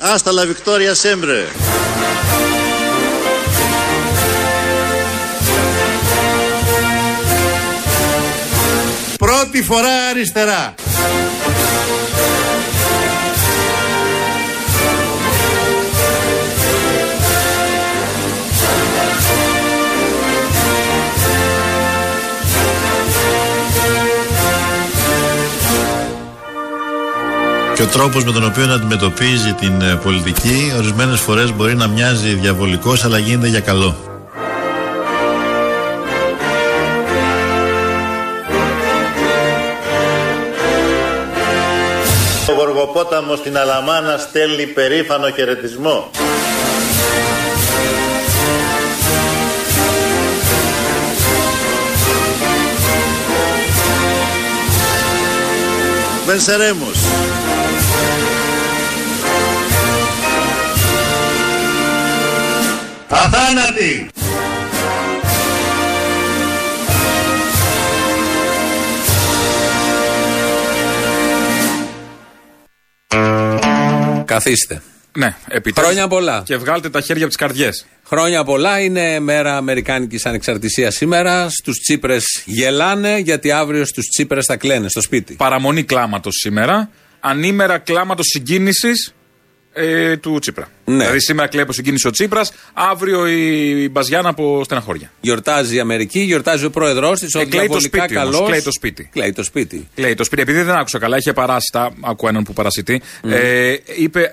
Hasta la victoria siempre. Πρώτη φορά αριστερά. Και ο τρόπος με τον οποίο αντιμετωπίζει την ε, πολιτική ορισμένες φορές μπορεί να μοιάζει διαβολικός αλλά γίνεται για καλό. Ο Γοργοπόταμος στην Αλαμάνα στέλνει περήφανο χαιρετισμό. Βενσερέμος. Αθάνατη! Καθίστε. Ναι, επιτέλους. Χρόνια πολλά. Και βγάλτε τα χέρια από τις καρδιές. Χρόνια πολλά. Είναι μέρα Αμερικάνικης Ανεξαρτησίας σήμερα. Στους Τσίπρες γελάνε, γιατί αύριο στους Τσίπρες θα κλαίνε στο σπίτι. Παραμονή κλάματος σήμερα. Ανήμερα κλάματος συγκίνησης ε, του Τσίπρα. Ναι. Δηλαδή σήμερα κλαίει από συγκίνηση ο Τσίπρας, αύριο η Μπαζιάνα από στεναχώρια. Γιορτάζει η Αμερική, γιορτάζει ο πρόεδρός της. Ο Ε, κλαίει το διαβολικά σπίτι όμως, καλός. κλαίει το σπίτι. Κλαίει το σπίτι. Λέει το σπίτι, επειδή δεν άκουσα καλά, είχε παράσιτα. Ακούω έναν που παρασιτεί. Ε, είπε.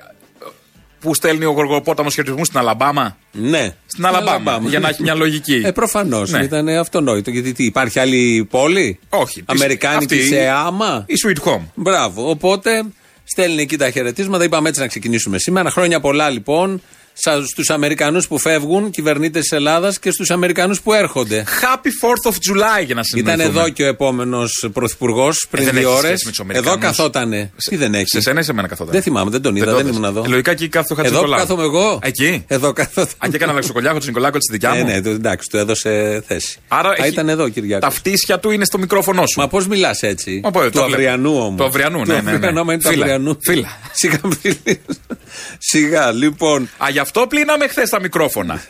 Που στέλνει ο Γοργοπόταμος χαιρετισμού στην Αλαμπάμα. Ναι. Στην Αλαμπάμα, για να έχει μια λογική. Ε, προφανώς. Ναι. Ήταν αυτονόητο. Γιατί τι, υπάρχει άλλη πόλη. Όχι. της- Αμερικάνικη αυτή- σε άμα. Η Sweet Home. Μπράβο. Οπότε στέλνει εκεί τα χαιρετίσματα. Είπαμε έτσι να ξεκινήσουμε σήμερα. Χρόνια πολλά λοιπόν στους Αμερικανούς που φεύγουν, κυβερνήτες της Ελλάδας και στους Αμερικανούς που έρχονται. Happy 4th of July για να Ήταν συνοηθούμε. εδώ και ο επόμενος πρωθυπουργός πριν Ε, δεν δύο έχεις ώρες. σχέση με τους Εδώ Αμερικανούς. καθότανε. Σε- Τι δεν έχεις. σε σένα ή σε μένα καθόταν. Δεν θυμάμαι, δεν τον είδα, το δεν είδες. ήμουν εδώ. Ε, Λογικά εκεί κάθεται ο Εδώ που Χατζηνικολάου. κάθομαι εγώ. Εκεί. Εδώ κάθομαι. Α, και έκανα Αλεξοκολιάκο, του Νικολάκο, τη δικιά Ναι, μου. ναι, το- εντάξει, του έδωσε θέση. Άρα Α, έχει- ήταν εδώ, Κυριάκος. Τα φτύσια του είναι στο μικρόφωνο σου. Μα πώς μιλάς έτσι. Μα πώς, του το βλέπω. αυριανού όμως. Του αυριανού, ναι, ναι, ναι. άμα είναι του Φύλλα. αυριανού. Φύλλα. Σιγά, μη φιλείς. Σιγά, λοιπόν. Α, γι' αυτό πλήναμε χθες τα μικρόφωνα.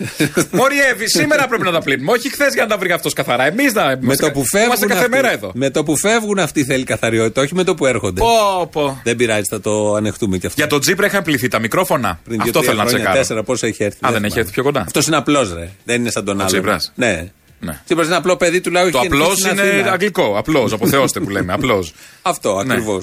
Μωριεύει, σήμερα πρέπει να τα πλύνουμε. Όχι χθες για να τα βρει αυτός καθαρά. Εμείς να. Με το, που φεύγουν Είμαστε κάθε αυτοί, μέρα εδώ. με το που φεύγουν αυτοί θέλει καθαριότητα, όχι με το που έρχονται. Πω, πω. Δεν πειράζει, θα το ανεχτούμε κι αυτό. Για τον Τζίπρα είχαν πληθεί τα μικρόφωνα. Πριν Αυτό θέλω να τσεκάρω. Τέσσερα, πόσο έχει έρθει. δεν έχει έρθει πιο κοντά. Αυτός είναι απλός, ρε. Δεν είναι σαν τον άλλο. Τσίπρας. Ναι. Ναι. Τσίπρα είναι απλό παιδί του λαού. Το έχει γεννηθεί απλός στην είναι Αθήνα. αγγλικό. Απλός, αποθεώστε που λέμε. Απλός. Αυτό Ναι. ακριβώς.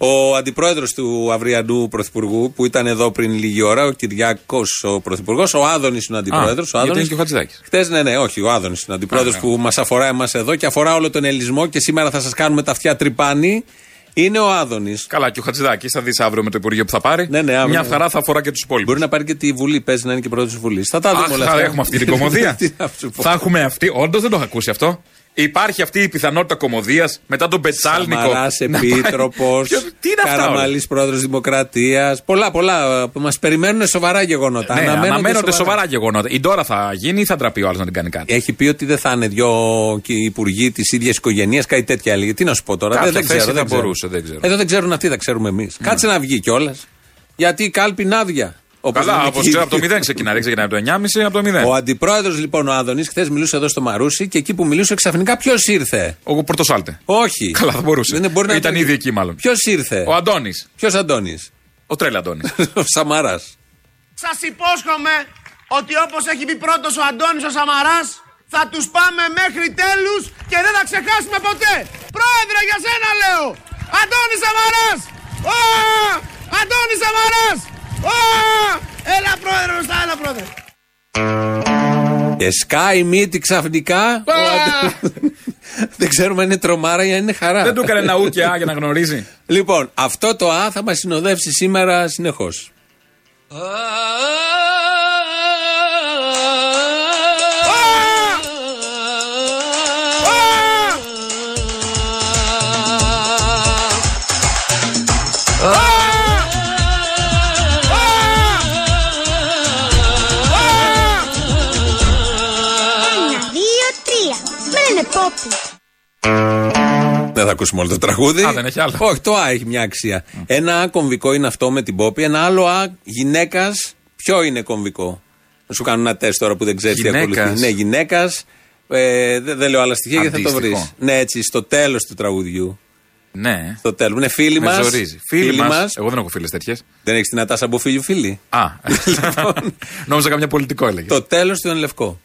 Ο αντιπρόεδρος του αυριανού πρωθυπουργού που ήταν εδώ πριν λίγη ώρα, ο Κυριάκος ο πρωθυπουργός, ο Άδωνης είναι ο αντιπρόεδρος. γιατί είναι και ο Χατζηδάκης. Χθε, ναι, ναι, όχι, ο Άδωνης είναι ο αντιπρόεδρος Α, ναι. που μας αφορά εμάς εδώ και αφορά όλο τον ελληνισμό και σήμερα θα σας κάνουμε τα αυτιά τρυπάνι. Είναι ο Άδωνης. Καλά, και ο Χατζηδάκης θα δεις αύριο με το Υπουργείο που θα πάρει. Ναι, ναι, αύριο. Μια χαρά θα αφορά και τους υπόλοιπους. Μπορεί να πάρει και τη Βουλή, παίζει να είναι και πρόεδρος της Βουλής. Θα τα δούμε όλα Αχ, αυτά. θα έχουμε αυτή την κομμωδία. Τι να σου πω. θα έχουμε αυτή. Όντως δεν το είχα ακούσει αυτό. Υπάρχει αυτή η πιθανότητα κομμωδίας μετά τον Πετσάλνικο. Σαμαράς να πάει- επίτροπος. Ποιο- Τι είναι αυτά. όλα? Καραμαλή πρόεδρος Δημοκρατίας. Πολλά, πολλά. Μας περιμένουν σοβαρά γεγονότα. Ναι, αναμένονται, σοβαρά γεγονότα. Η τώρα θα γίνει ή θα ντραπεί ο άλλος να την κάνει κάτι. Έχει πει ότι δεν θα είναι δυο και οι υπουργοί της ίδιας οικογένειας, κάτι τέτοια έλεγε. Τι να σου πω τώρα, Κάποια δεν, δεν θέση ξέρω. θα δεν ξέρω. μπορούσε, δεν ξέρω. Ναι. Εδώ δεν ξέρουν αυτοί, θα ξέρουμε εμείς. Κάτσε να βγει κιόλας. Γιατί η κάλπη είναι άδεια. Όπως Καλά, λένε όπω εκεί. ξέρω από το ναι. 0 ξεκινάει. Δεν ξεκινάει από το 9,5 από το 0. Ο αντιπρόεδρος λοιπόν ο Άδωνης, χθες μιλούσε εδώ στο Μαρούσι και εκεί που μιλούσε ξαφνικά ποιος ήρθε. Ο Πορτοσάλτε. Όχι. Καλά, θα μπορούσε. Δεν μπορεί να Ήταν ήδη εκεί, μάλλον. Ποιος ήρθε. Ο Αντώνης. Ποιος Αντώνης. Ο Τρέλα Αντώνης. ο Σαμαράς. Σας υπόσχομαι ότι όπως έχει πει πρώτος ο Αντώνης ο Σαμαράς θα τους πάμε μέχρι τέλους και δεν θα ξεχάσουμε ποτέ. Πρόεδρε για σένα λέω. Αντώνη Σαμαράς. Ω! Αντώνη Σαμαράς. Ω! Έλα πρόεδρε μπροστά, έλα πρόεδρε. Και σκάει η μύτη Ε, ξαφνικά. ο Αντώνης. Δεν ξέρουμε αν είναι τρομάρα ή αν είναι χαρά. δεν του έκανε ένα ου και α για να γνωρίζει. Λοιπόν, αυτό το Α θα μας συνοδεύσει σήμερα συνεχώς. Δεν θα ακούσουμε όλο το τραγούδι. Α, δεν έχει άλλα. Όχι, το Α έχει μια αξία. Ένα Α κομβικό είναι αυτό με την Πόπη. Ένα άλλο Α γυναίκας, ποιο είναι κομβικό. Να σου κάνω ένα τεστ τώρα που δεν ξέρεις τι Γυναίκας. ακολουθεί. Ναι, γυναίκας. Ε, δεν, δεν λέω άλλα στοιχεία γιατί θα το βρει. Αντίστοιχο. Ναι, έτσι, στο τέλος του τραγουδιού. Ναι. Στο τέλος. Είναι φίλοι Με μας. ζορίζει. Φίλοι μα. Εγώ δεν έχω φίλες τέτοιες. Δεν έχεις την ατάσα από φίλου φίλη. Α. Λοιπόν. Νόμιζα καμιά πολιτικό έλεγες. Το τέλος του είναι λευκό.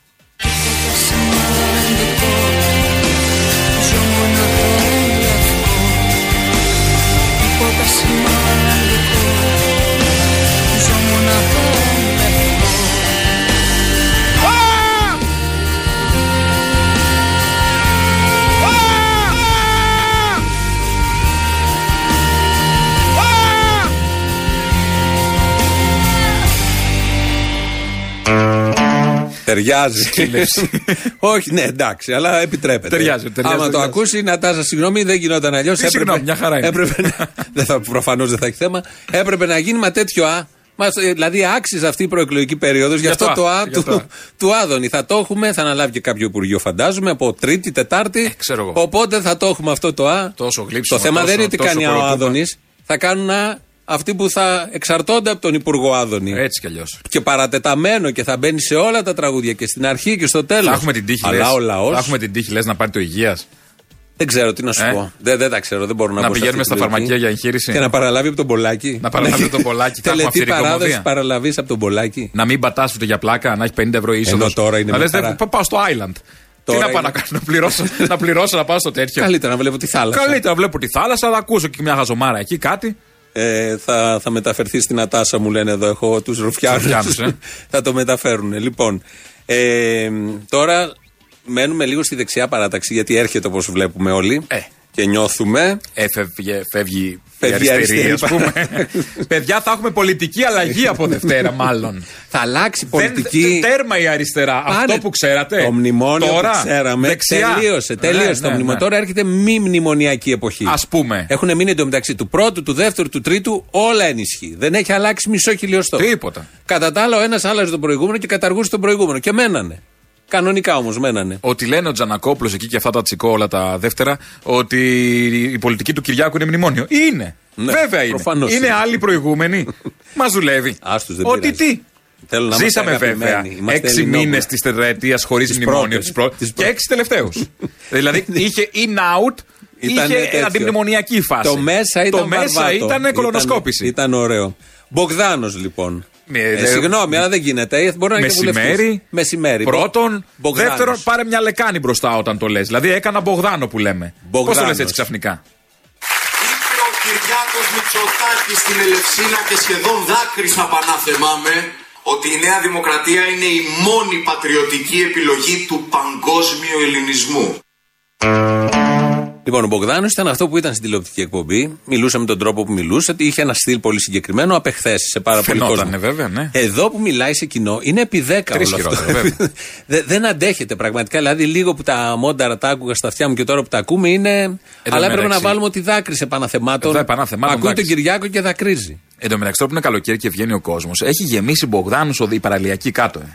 Ταιριάζει. Όχι, ναι, εντάξει, αλλά επιτρέπεται. Ταιριάζει, ταιριάζει, Άμα το ταιριάζει. Ε, ακούσει, να τάζα συγγνώμη, δεν γινόταν αλλιώς. συγγνώμη, μια χαρά είναι. Έπρεπε να, δεν θα, προφανώς δεν θα έχει θέμα. Έπρεπε να γίνει μα τέτοιο α. Μας, ε, δηλαδή άξιζε αυτή η προεκλογική περίοδος γι' Για αυτό το το Α, α για του, το Α. του Άδωνη. Θα το έχουμε, θα αναλάβει και κάποιο υπουργείο φαντάζομαι από Τρίτη, Τετάρτη. Ε, ξέρω εγώ. Οπότε θα το έχουμε αυτό το α. Τόσο γλύψιμο, Το θέμα τόσο- δεν είναι τι τόσο κάνει ο κοροϊδούμε. Άδωνης. Θα κάνουν α αυτοί που θα εξαρτώνται από τον Υπουργό Άδωνη Έτσι κι αλλιώς. και παρατεταμένο και θα μπαίνει σε όλα τα τραγούδια και στην αρχή και στο τέλος. Θα έχουμε την τύχη. Αλλά λες. ο λαός. Θα έχουμε την τύχη, λες να πάρει το υγείας. Δεν ξέρω τι να σου Ε. πω. Δεν, δεν τα ξέρω, δεν μπορώ να, Να πω σε πηγαίνουμε αυτή τη στα λογική. φαρμακεία για εγχείρηση. Και να παραλάβει από τον Πολάκη. Να παραλάβει από τον Πολάκη, θα έχουμε Τελετή αυτή την παράδοση κομμωδία. παραλαβής από τον Πολάκη. Να μην πατάς ούτε για πλάκα, να έχει 50 ευρώ είσοδο. Ενώ τώρα να είναι μια λες, δεν- χαρά. πα- πάω στο Island. Τώρα τι να πάω είναι. να κάνω, να πληρώσω, να πληρώσω να πάω στο τέτοιο. Καλύτερα να βλέπω τη θάλασσα. Καλύτερα βλέπω τη θάλασσα, θα ακούσω και μια χαζομάρα εκεί κάτι. Ε, θα, θα μεταφερθεί στην Ατάσα, μου λένε εδώ. Έχω τους ρουφιάνους. Ρουφιάνους, ε. θα το μεταφέρουν. Λοιπόν, ε, τώρα μένουμε λίγο στη δεξιά παράταξη γιατί έρχεται όπως βλέπουμε όλοι. Ε. Και νιώθουμε. Έφευγε, Ε, φεύγει η Φεύγει η αριστερή, α αριστερή, πούμε. Παιδιά, θα έχουμε πολιτική αλλαγή από Δευτέρα, μάλλον. Θα αλλάξει Δεν- πολιτική. τε- τέρμα η αριστερά. Πάνε. Αυτό που ξέρατε. Το μνημόνιο τώρα, που ξέραμε. Δεξιά. Τελείωσε. Τελείωσε Ναι, το ναι, μνημόνιο. ναι. Τώρα έρχεται μη μνημονιακή εποχή. Ας πούμε. Έχουν μείνει εντωμεταξύ του πρώτου, του δεύτερου, του τρίτου όλα ενισχύει. Δεν έχει αλλάξει μισό χιλιοστό. Τίποτα. Κατά τα άλλα, ο ένας άλλαζε τον προηγούμενο και καταργούσε τον προηγούμενο. Και μένανε. Κανονικά όμως μένανε. Ότι λένε ο Τζανακόπουλος εκεί και αυτά τα τσικό όλα τα δεύτερα, ότι η πολιτική του Κυριάκου είναι μνημόνιο. Είναι. Ναι, Βέβαια είναι. προφανώς είναι είναι. άλλοι προηγούμενοι. Μας δουλεύει. Άστους, δεν Ότι πειράζει. τι. Θέλω να είμαστε Ζήσαμε βέβαια αγαπημένοι. Είμαστε έξι Ελληνόπουλα. μήνες της τετραετίας χωρίς Τις μνημόνιο. πρώτες. Τις προ... Τις Και πρώτες. έξι τελευταίους. δηλαδή είχε in-out, Ήτανε είχε τέτοιο. αντιμνημονιακή φάση. Το μέσα ήταν Το μέσα βαρβάτο. ήταν κολονοσκόπηση. Ήταν, ήταν ωραίο. Μπογδάνος λοιπόν. Ναι, Ε, δε- συγγνώμη, αλλά δεν γίνεται. Ε, Μπορεί να είναι και βουλευτής. Μεσημέρι, Μεσημέρι. πρώτον, Μπογδάνος. δεύτερον, πάρε μια λεκάνη μπροστά όταν το λες. Δηλαδή έκανα Μπογδάνο που λέμε. Πώς το λες Μπογδάνος. έτσι ξαφνικά. Ήρθε ο Κυριάκος Μητσοτάκης στην Ελευσίνα και σχεδόν δάκρυσα πανάθεμάμε ότι η Νέα Δημοκρατία είναι η μόνη πατριωτική επιλογή του παγκόσμιου ελληνισμού. Λοιπόν, ο Μπογδάνος ήταν αυτό που ήταν στην τηλεοπτική εκπομπή. Μιλούσε με τον τρόπο που μιλούσε. ότι Είχε ένα στυλ πολύ συγκεκριμένο, απεχθέσει σε πάρα πολύ κόσμο. Φαινότανε, βέβαια, ναι. Εδώ που μιλάει σε κοινό είναι επί 10 Τρεις όλο αυτό. χειρότερα, βέβαια. Δε- δεν αντέχεται πραγματικά. Δηλαδή, λίγο που τα μόνταρα τα άκουγα στα αυτιά μου και τώρα που τα ακούμε είναι. Αλλά έπρεπε να μεταξύ. βάλουμε ότι δάκρυσε επαναθεμάτων. Εδώ επαναθεμάτων Ακούει τον δάκρυσε. Κυριάκο και δακρύζει. Εν τω μεταξύ, τώρα που είναι καλοκαίρι και βγαίνει ο κόσμος, έχει γεμίσει Μπογδάνους η παραλιακή κάτω. Ε.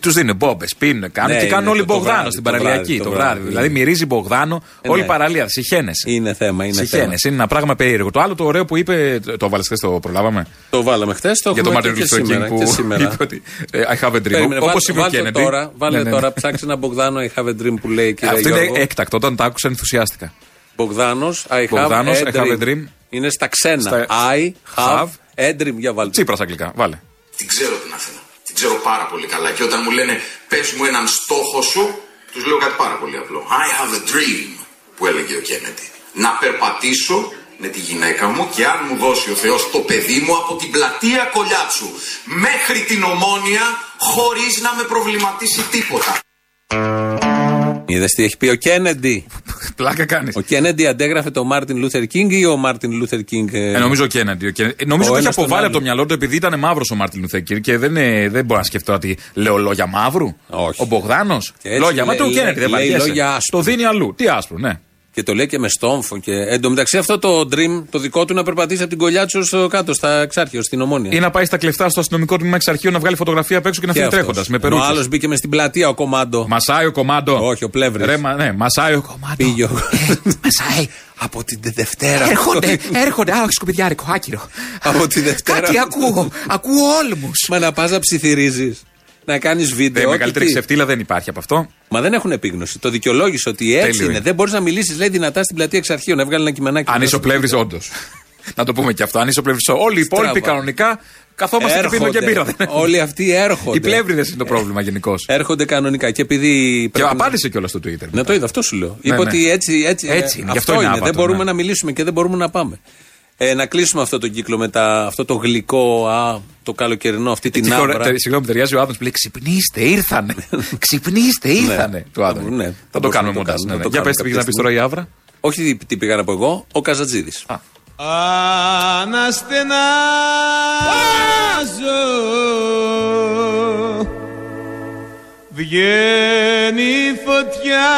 Τους δίνουν μπόμπες, πίνουν, κάνουν Ναι, και κάνουν είναι όλοι το- το Μπογδάνο βράδυ, στην το παραλιακή βράδυ, το, το βράδυ. βράδυ. Δηλαδή μυρίζει Μπογδάνο Ε, όλη η ναι. παραλία, συχαίνεσαι. Είναι θέμα, είναι θέμα. Συχαίνεσαι, είναι ένα πράγμα περίεργο. Το άλλο το ωραίο που είπε. Το, το βάλες χθες, το προλάβαμε. Το βάλαμε χθες. Το για το έχουμε Μάρτιν και- και Λούθερ σήμερα. Κίνγκ που και σήμερα. είπε ότι. ε, I have a dream. Περίμενε, Όπως βάλ- είπε ο βάλ' το Κέννεντι. τώρα, βάλε Ναι, ναι, ναι. τώρα, ψάξει ένα Μπογδάνο I have a dream που λέει και Αυτό είναι έκτακτο. Όταν τα άκουσα, ενθουσιάστηκα. Μπογδάνος, I, Μπογδάνος, have, a dream. Είναι στα ξένα. Στα- I have, Have. a dream. Για βάλτε. Τσίπρας αγγλικά, βάλε. Την ξέρω την Αθήνα. Την ξέρω πάρα πολύ καλά. Και όταν μου λένε πες μου έναν στόχο σου, τους λέω κάτι πάρα πολύ απλό. I have a dream, που έλεγε ο Κέννετι. Να περπατήσω με τη γυναίκα μου και αν μου δώσει ο Θεός το παιδί μου από την πλατεία Κολιάτσου μέχρι την Ομόνια χωρίς να με προβληματίσει τίποτα. Είδες τι έχει πει ο Κέννεντι. Πλάκα κάνεις. Ο Κέννεντι αντέγραφε το Μάρτιν Λούθερ Κίνγκ ή ο Μάρτιν Λούθερ Κίνγκ. ε, Ε, νομίζω ο Κέννεντι. Ο Κέννεντι- ε, Νομίζω Ο ότι έχει ένας τον αποβάλει άλλο. από το μυαλό του επειδή ήταν μαύρος ο Μάρτιν Λουθέρ Κίνγκ και δεν, ε, δεν μπορώ να σκεφτώ ότι λέω λόγια μαύρου. Όχι. Ο Μπογδάνος. Και έτσι Λόγια. Μα λέει- του Κέννεντι δεν λέει βαριέσαι. λόγια άσπρου. Το δίνει αλλού. Τι άσπρο, ναι. Και το λέει και με στόμφο. Και... Εν τω μεταξύ, αυτό το dream, το δικό του, να περπατήσει από την κολλιά του ως, ε, κάτω, στα εξάρχεια, ως την ομόνια. Ή να πάει στα κλεφτά στο αστυνομικό τμήμα εξ αρχείου να βγάλει φωτογραφία απ' έξω και να Ε. Και φύγει αυτός. τρέχοντας με Ενώ Ο άλλο περούτσες. μπήκε μες στην πλατεία, ο κομμάντο. Μασάει ο κομμάντο. Όχι, ο Πλεύρης. Ρε, μα- ναι, μασάει ο κομμάντο. Πήγε ο- μασάει. Από την Δε- Δευτέρα. Έρχονται, Ε, έρχονται. Α, όχι σκουπιδιάρικο, άκυρο. Από τη Δευτέρα. Κάτι ακούω. Ακούω όλμους. Μα να πας να ψιθυρίζεις. Να κάνεις βίντεο. και Μεγαλύτερη Ε, τι. ξεφτύλα δεν υπάρχει από αυτό. Μα δεν έχουν επίγνωση. Το δικαιολόγησε ότι έτσι Τέλειο είναι. είναι. Δεν μπορείς να μιλήσεις, λέει, δυνατά στην πλατεία εξ αρχείου. Να βγάλει ένα κειμενάκι. Αν Να είσαι ο σου- πλεύρης, όντως. Να το πούμε και αυτό. Αν είσαι ο πλεύρης, όλοι οι υπόλοιποι Στράβα. κανονικά καθόμαστε και πίνουμε και μπύρα. Έρχονται. δεν είναι. Όλοι αυτοί έρχονται. Οι πλεύριδες είναι το πρόβλημα γενικώς. Έρχονται κανονικά. Και επειδή. Και πρέπει να- απάντησε κιόλας στο Twitter. Ναι, το είδα, αυτό σου λέω. Είπε ναι. ότι έτσι, έτσι, Έτσι είναι, γι' αυτό αυτό είναι είναι. άβατο, δεν μπορούμε ναι. να μιλήσουμε και δεν μπορούμε να πάμε. Ε, να κλείσουμε αυτό τον κύκλο με τα, αυτό το γλυκό, α, το καλοκαιρινό, αυτή Τι την χωρά- άβρα. τε- Συγγνώμη, ταιριάζει ο Άδωνο που λέει Ξυπνήστε, ήρθανε. Ξυπνήστε, ήρθανε. Του Άδωνο. Ναι, θα Θα το μπορούσαμε κάνουμε να το μοντάζ. κάνουμε, ναι, να ναι. το Για πες τι κάνουμε πήγες να πει κάποια τώρα η Άβρα. Όχι τι πήγα να πω εγώ, ο Καζατζίδης. Αναστενάζω Βγαίνει η φωτιά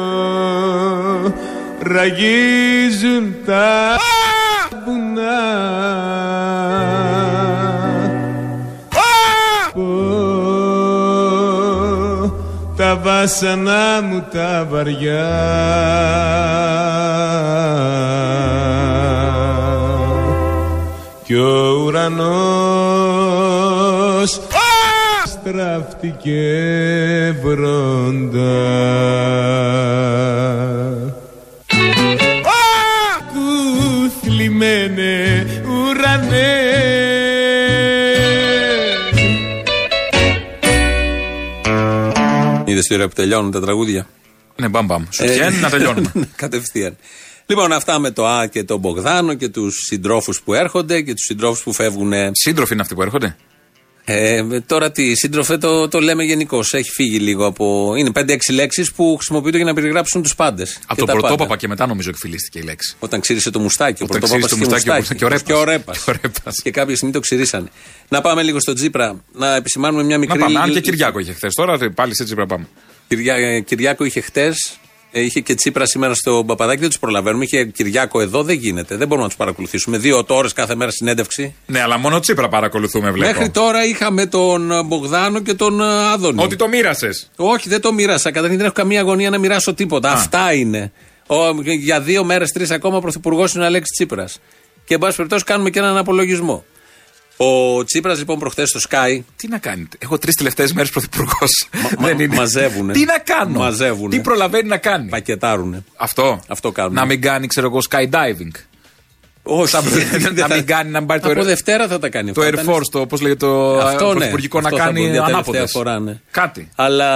Κλαίω Ραγίζουν τα βουνά Πω, Τα βάσανά μου τα βαριά κι ο ουρανός στράφτηκε βροντά. Κουθλιμένε ουρανέ Είδε τη ώρα που τελειώνουν τα τραγούδια. Ναι, μπαμ μπαμ. Σου τυχαίνει να τελειώνουμε. Ε, Ναι, Κατευθείαν. Λοιπόν, αυτά με το Α και τον Μπογδάνο και τους συντρόφους που έρχονται και τους συντρόφους που φεύγουν. Σύντροφοι είναι αυτοί που έρχονται. Ε, τώρα τι, σύντροφε το, το λέμε γενικώς. Έχει φύγει λίγο από. Είναι 5-6 λέξεις που χρησιμοποιούνται για να περιγράψουν τους πάντες. Από το πρωτόπαπα και μετά νομίζω εκφυλίστηκε η λέξη. Όταν ξύρισε το μουστάκι, ο Όταν πρωτόπαπας ξύρισε το μουστάκι, ο Πρωτόπαπας και ο Ρέπας. Και ο Ρέπας. Και κάποια στιγμή το ξυρίσανε. Να πάμε λίγο στο Τζίπρα, να επισημάνουμε μια Να μικρή. πάμε. Αν και Κυριάκο είχε χθες τώρα, πάλι σε τσίπρα πάμε. Κυριά- ε, Κυριάκο είχε χτε. Είχε και Τσίπρα σήμερα στο Παπαδάκι, δεν τους προλαβαίνουμε. Είχε Κυριάκο εδώ, δεν γίνεται. Δεν μπορούμε να τους παρακολουθήσουμε. Δύο ώρες κάθε μέρα συνέντευξη. Ναι, αλλά μόνο τσίπρα παρακολουθούμε, Μέχρι βλέπω. τώρα είχαμε τον ε, Μπογδάνο και τον ε, Άδωνη. Ότι το μοίρασες. Όχι, δεν το μοίρασα. Καταρχήν δεν έχω καμία αγωνία να μοιράσω τίποτα. Αυτά είναι. Ο, για δύο μέρες, τρεις ακόμα ο πρωθυπουργός είναι ο Αλέξης Τσίπρας. Και εν πάση περιπτώσει κάνουμε και έναν απολογισμό. Ο Τσίπρας λοιπόν προχθές στο Sky. Τι να κάνετε. Έχω τρεις τελευταίες μέρες πρωθυπουργός. μα- μαζεύουνε. Τι να κάνω. Μαζεύουνε. Τι προλαβαίνει να κάνει. Πακετάρουνε. Αυτό. Αυτό κάνουν. Να μην κάνει, ξέρω εγώ, skydiving. Όχι, να δεν θα- μην κάνει, να μην πάρει το Από αερο- Δευτέρα θα τα κάνει. Το αυτά. Air Ήταν- Force, το πώ λέγεται το ε, Αυτό ναι. πρωθυπουργικό να Αυτό θα πω κάνει για τελευταία ανάποδε. φορά, ναι. Κάτι. Αλλά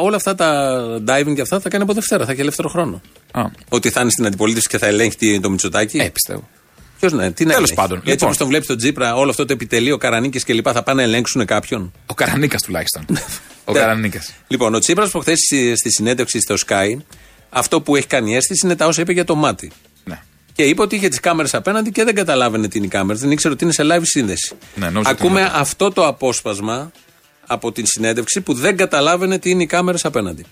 όλα αυτά τα diving και αυτά θα κάνει από Δευτέρα. Θα έχει ελεύθερο χρόνο. Α, Ότι θα είναι στην αντιπολίτευση και θα ελέγχει τι- το Μητσοτάκι. ε, πιστεύω. Ποιος να τι να Τέλος ελέγχει. πάντων, Έτσι λοιπόν. όπως τον βλέπεις τον Τζίπρα, όλο αυτό το επιτελείο, Καρανίκη κλπ. θα πάνε να ελέγξουν κάποιον. Ο Καρανίκας τουλάχιστον. ο Ναι. Καρανίκας. Λοιπόν, ο Τσίπρας προχθές στη συνέντευξη στο Sky, αυτό που έχει κάνει αίσθηση είναι τα όσα είπε για το μάτι. Ναι. Και είπε ότι είχε τις κάμερες απέναντι και δεν καταλάβαινε τι είναι η κάμερα. Δεν ήξερε ότι είναι σε live σύνδεση. Ναι, νόμιζα ότι Ακούμε είναι. αυτό το απόσπασμα από την συνέντευξη που δεν καταλάβαινε τι είναι οι κάμερες απέναντι.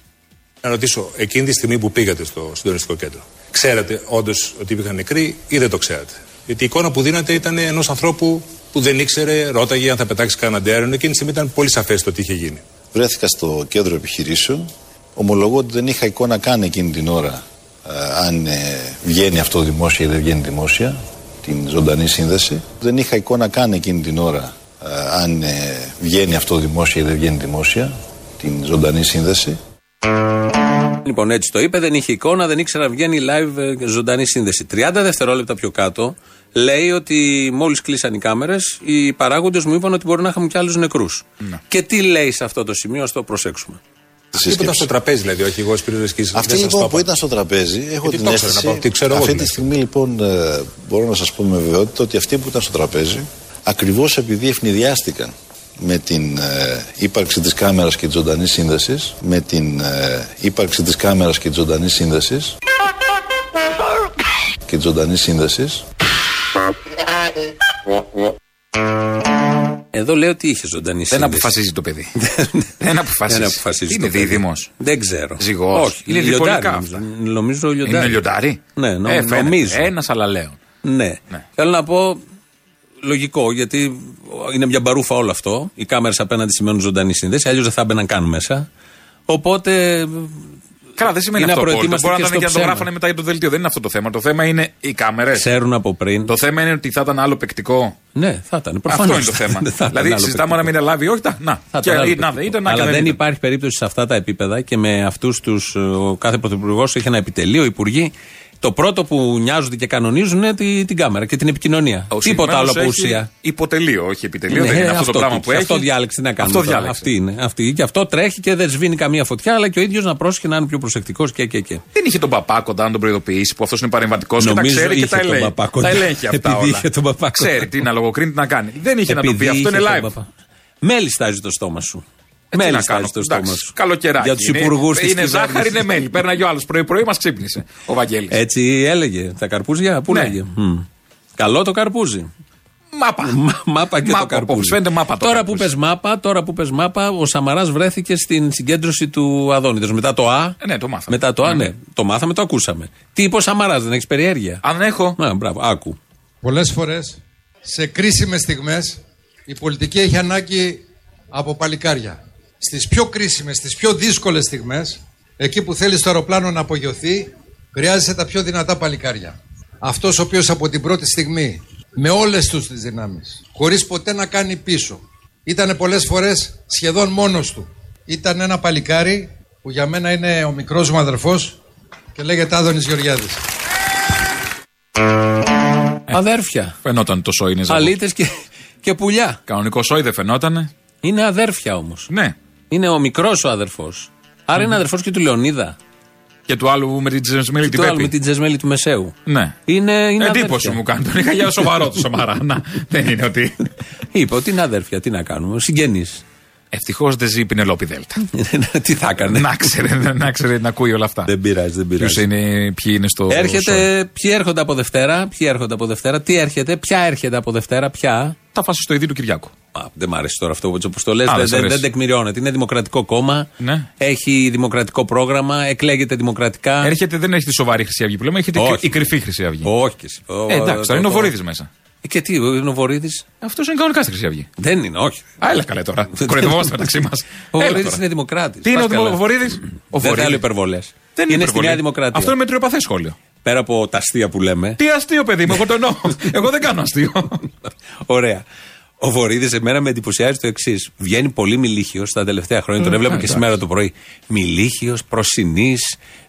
Να ρωτήσω, εκείνη τη στιγμή που πήγατε στο συντονιστικό κέντρο, ξέρατε όντως ότι υπήρχαν νεκροί ή δεν το ξέρατε. Γιατί η εικόνα που δίνατε ήταν ενός ανθρώπου που δεν ήξερε, ρώταγε αν θα πετάξει κανέναν αέριο. Εκείνη τη στιγμή ήταν πολύ σαφές το τι είχε γίνει. Βρέθηκα στο κέντρο επιχειρήσεων. Ομολογώ ότι δεν είχα εικόνα καν εκείνη την ώρα ε, αν ε, βγαίνει αυτό δημόσια ή δεν βγαίνει δημόσια, την ζωντανή σύνδεση. Δεν είχα εικόνα καν εκείνη την ώρα ε, αν ε, βγαίνει αυτό δημόσια ή δεν βγαίνει δημόσια, την ζωντανή σύνδεση. Λοιπόν, έτσι το είπε, δεν είχε εικόνα, δεν ήξερα να βγαίνει live ε, ζωντανή σύνδεση. 30 δευτερόλεπτα πιο κάτω λέει ότι μόλις κλείσαν οι κάμερες, οι παράγοντες μου είπαν ότι μπορεί να είχαμε κι άλλους νεκρούς. Ναι. Και τι λέει σε αυτό το σημείο, ας το προσέξουμε. Αυτοί που ήταν στο τραπέζι, δηλαδή, όχι εγώ, Σπύρο Ρεσκή. Αυτή λοιπόν που ήταν στο τραπέζι, έχω Γιατί την το ξέρω, να αίσθηση. πω, τι ξέρω εγώ αυτή τη τουλάχιστον. στιγμή λοιπόν ε, μπορώ να σας πω με βεβαιότητα ότι αυτοί που ήταν στο τραπέζι, ακριβώς επειδή ευνηδιάστηκαν με την ε, ύπαρξη της κάμερας και της ζωντανής σύνδεσης με την ε, ύπαρξη της κάμερας και της ζωντανής σύνδεσης και της ζωντανής σύνδεσης Εδώ λέει ότι είχε ζωντανή Δεν σύνδεση. αποφασίζει το παιδί. Δεν αποφασίζει. Δεν αποφασίζει Είναι το παιδί. δίδυμος. Δεν ξέρω. Ζυγός. Όχι. Είναι λιοντάρι. διπολικά αυτά. Νομίζω λιοντάρι. Είναι λιοντάρι. Ναι, νο- Ε, φαίνεται. νομίζω. Ένας αλλά λέω. Ναι. Ναι. Θέλω να πω λογικό, γιατί είναι μια μπαρούφα όλο αυτό. Οι κάμερες απέναντι σημαίνουν ζωντανή σύνδεση, αλλιώς δεν θα έμπαιναν καν μέσα. Οπότε. Καλά, δεν σημαίνει Είναι αυτό. απόλυτο. απροετοίμαστοι Μπορεί να και ήταν και στο να το ψέμα. γράφανε μετά για το δελτίο. Δεν είναι αυτό το θέμα. Το θέμα είναι οι κάμερες. Ξέρουν από πριν. Το θέμα είναι ότι θα ήταν άλλο παικτικό. Ναι, θα ήταν. Προφανώς. Αυτό είναι το θέμα. Δεν θα ήταν δηλαδή, άλλο συζητάμε παιχνίδι. να μην ελάβει ή όχι. τα- Να. Θα Και- ήταν άλλο ή- να, παιχνίδι. ήταν να και Αλλά δεν δεν ήταν. υπάρχει περίπτωση σε αυτά τα επίπεδα και με αυτούς τους. Ο κάθε πρωθυπουργός είχε ένα επιτελείο, υπουργοί. Το πρώτο που νοιάζονται και κανονίζουν είναι τη- την κάμερα και την επικοινωνία. Ο Τίποτα άλλο συγκεκριμένος από έχει ουσία. Υποτελείο, όχι επιτελείο. Ναι, δεν είναι αυτό, το πράγμα τύχει. που έχει. Αυτό διάλεξε, τι να κάνουμε. Αυτό τώρα. διάλεξε. Αυτή είναι. Αυτή. Και αυτό τρέχει και δεν σβήνει καμία φωτιά, αλλά και ο ίδιος να πρόσχει να είναι πιο προσεκτικός και και και. Δεν είχε τον παπά κοντά να τον προειδοποιήσει που αυτός είναι παρεμβατικός και τα ξέρει και είχε τα τον ελέγχει. παπά Τα κοντά. ελέγχει αυτά Επειδή όλα. είχε τον παπά κοντά. Ξέρει τι να λογοκρίνει, τι να κάνει. Δεν είχε να το πει. Αυτό είχε είναι τον live. παπά. Μέλι στάζει το στόμα σου. Ε, τι Μέλι να κάνω, στάζει το εντάξει, στόμα σου. Καλοκαιράκι. Για τους είναι. υπουργούς της Είναι ζάχαρη, είναι μέλι. Πέρναγε ο άλλος πρωί-πρωί, μας ξύπνησε ο Βαγγέλης. Έτσι έλεγε. Τα καρπούζια, πού Ναι. λέγε. Μμ. Καλό το καρπούζι. Μάπα. Μα- μάπα και Μάπα, το όπως καρπούζι. φαίνεται, μάπα το τώρα που καρπούζι. πες μάπα, τώρα που πες μάπα, ο Σαμαράς βρέθηκε στην συγκέντρωση του Αδόνιδος. Μετά το Α. Ε, ναι, το μάθαμε. Μετά το Α, Ναι. ναι. Το μάθαμε, το ακούσαμε. Τι είπε ο Σαμαράς, δεν έχεις περιέργεια. Αν έχω. Να, μπράβο, άκου. Πολλές φορές, σε κρίσιμες στιγμές, η πολιτική έχει ανάγκη από παλικάρια. Στις πιο κρίσιμες, στις πιο δύσκολες στιγμές, εκεί που θέλεις το αεροπλάνο να απογειωθεί, χρειάζεσαι τα πιο δυνατά παλικάρια. Αυτός ο οποίος από την πρώτη στιγμή, με όλες τους τις δυνάμεις, χωρίς ποτέ να κάνει πίσω, ήταν πολλές φορές σχεδόν μόνος του. Ήταν ένα παλικάρι που για μένα είναι ο μικρός μου αδερφός και λέγεται Άδωνης Γεωργιάδης. Ε. Αδέρφια. Φαινόταν το σόι είναι ζαχαρή. Αλίτε και, και πουλιά. Κανονικό σόι δεν φαινότανε. Είναι αδέρφια όμως. Ναι. Είναι ο μικρός ο αδερφός. Άρα είναι αδερφός και του Λεωνίδα. Και του άλλου με την Τζεσμίλη Και την του άλλου με Πέπη. την Τζεσμέλη του Μεσαίου. Ναι. Είναι, είναι Εντύπωση αδέρφια. μου κάνει. Τον είχα για σοβαρό του σοβαρά. Να, δεν είναι ότι. Είπε ότι είναι αδέρφια, τι να κάνουμε. Συγγενεί. Ευτυχώς δεν ζει η Πινελόπη Δέλτα. τι θα έκανε. να ξέρει, να ξέρει, να ακούει όλα αυτά. Δεν πειράζει, δεν Ποιος πειράζει. είναι, ποιοι είναι στο. σόι. Έρχεται, ποιοι έρχονται από Δευτέρα, ποιοι έρχονται από Δευτέρα, τι έρχεται, ποια έρχεται από Δευτέρα, ποια. Τα φασιστοειδή του Κυριάκου. Α, δεν μ' αρέσει τώρα αυτό όπω το λες. Α, Δεν, δεν σ' δεν, αρέσει. δεν τεκμηριώνεται. Είναι δημοκρατικό κόμμα. Ναι. Έχει δημοκρατικό πρόγραμμα. Εκλέγεται δημοκρατικά. Έρχεται, δεν έρχεται η σοβαρή Χρυσή Αυγή πλέον, έρχεται Όχι. η κρυφή Χρυσή Αυγή. Όχι. και εσύ. Ο- Ε, εντάξει, το- τώρα είναι ο το- Βορύδης μέσα. Και τι, είναι ο Βορύδη. Αυτός είναι κανονικά στη Χρυσή Αυγή. Δεν είναι, όχι. Α, έλα καλέ τώρα. Κοροϊδευόμαστε μεταξύ μας. Ο Βορύδη είναι δημοκράτης. Τι είναι ο Δημο- ο Βορύδης? Ο Δεν Βορύδης. θέλω υπερβολές. Δεν είναι στη υπερβολή. Νέα Δημοκρατία. Αυτό είναι μετριοπαθές σχόλιο. Πέρα από τα αστεία που λέμε. Τι αστείο, παιδί μου, εγώ το εννοώ. Εγώ δεν κάνω αστείο. Ωραία. Ο Βορύδη εμένα με εντυπωσιάζει το εξής. Βγαίνει πολύ μιλίχιο τα τελευταία χρόνια. Τον έβλεπα και σήμερα το πρωί. Μιλίχιο, προσινή,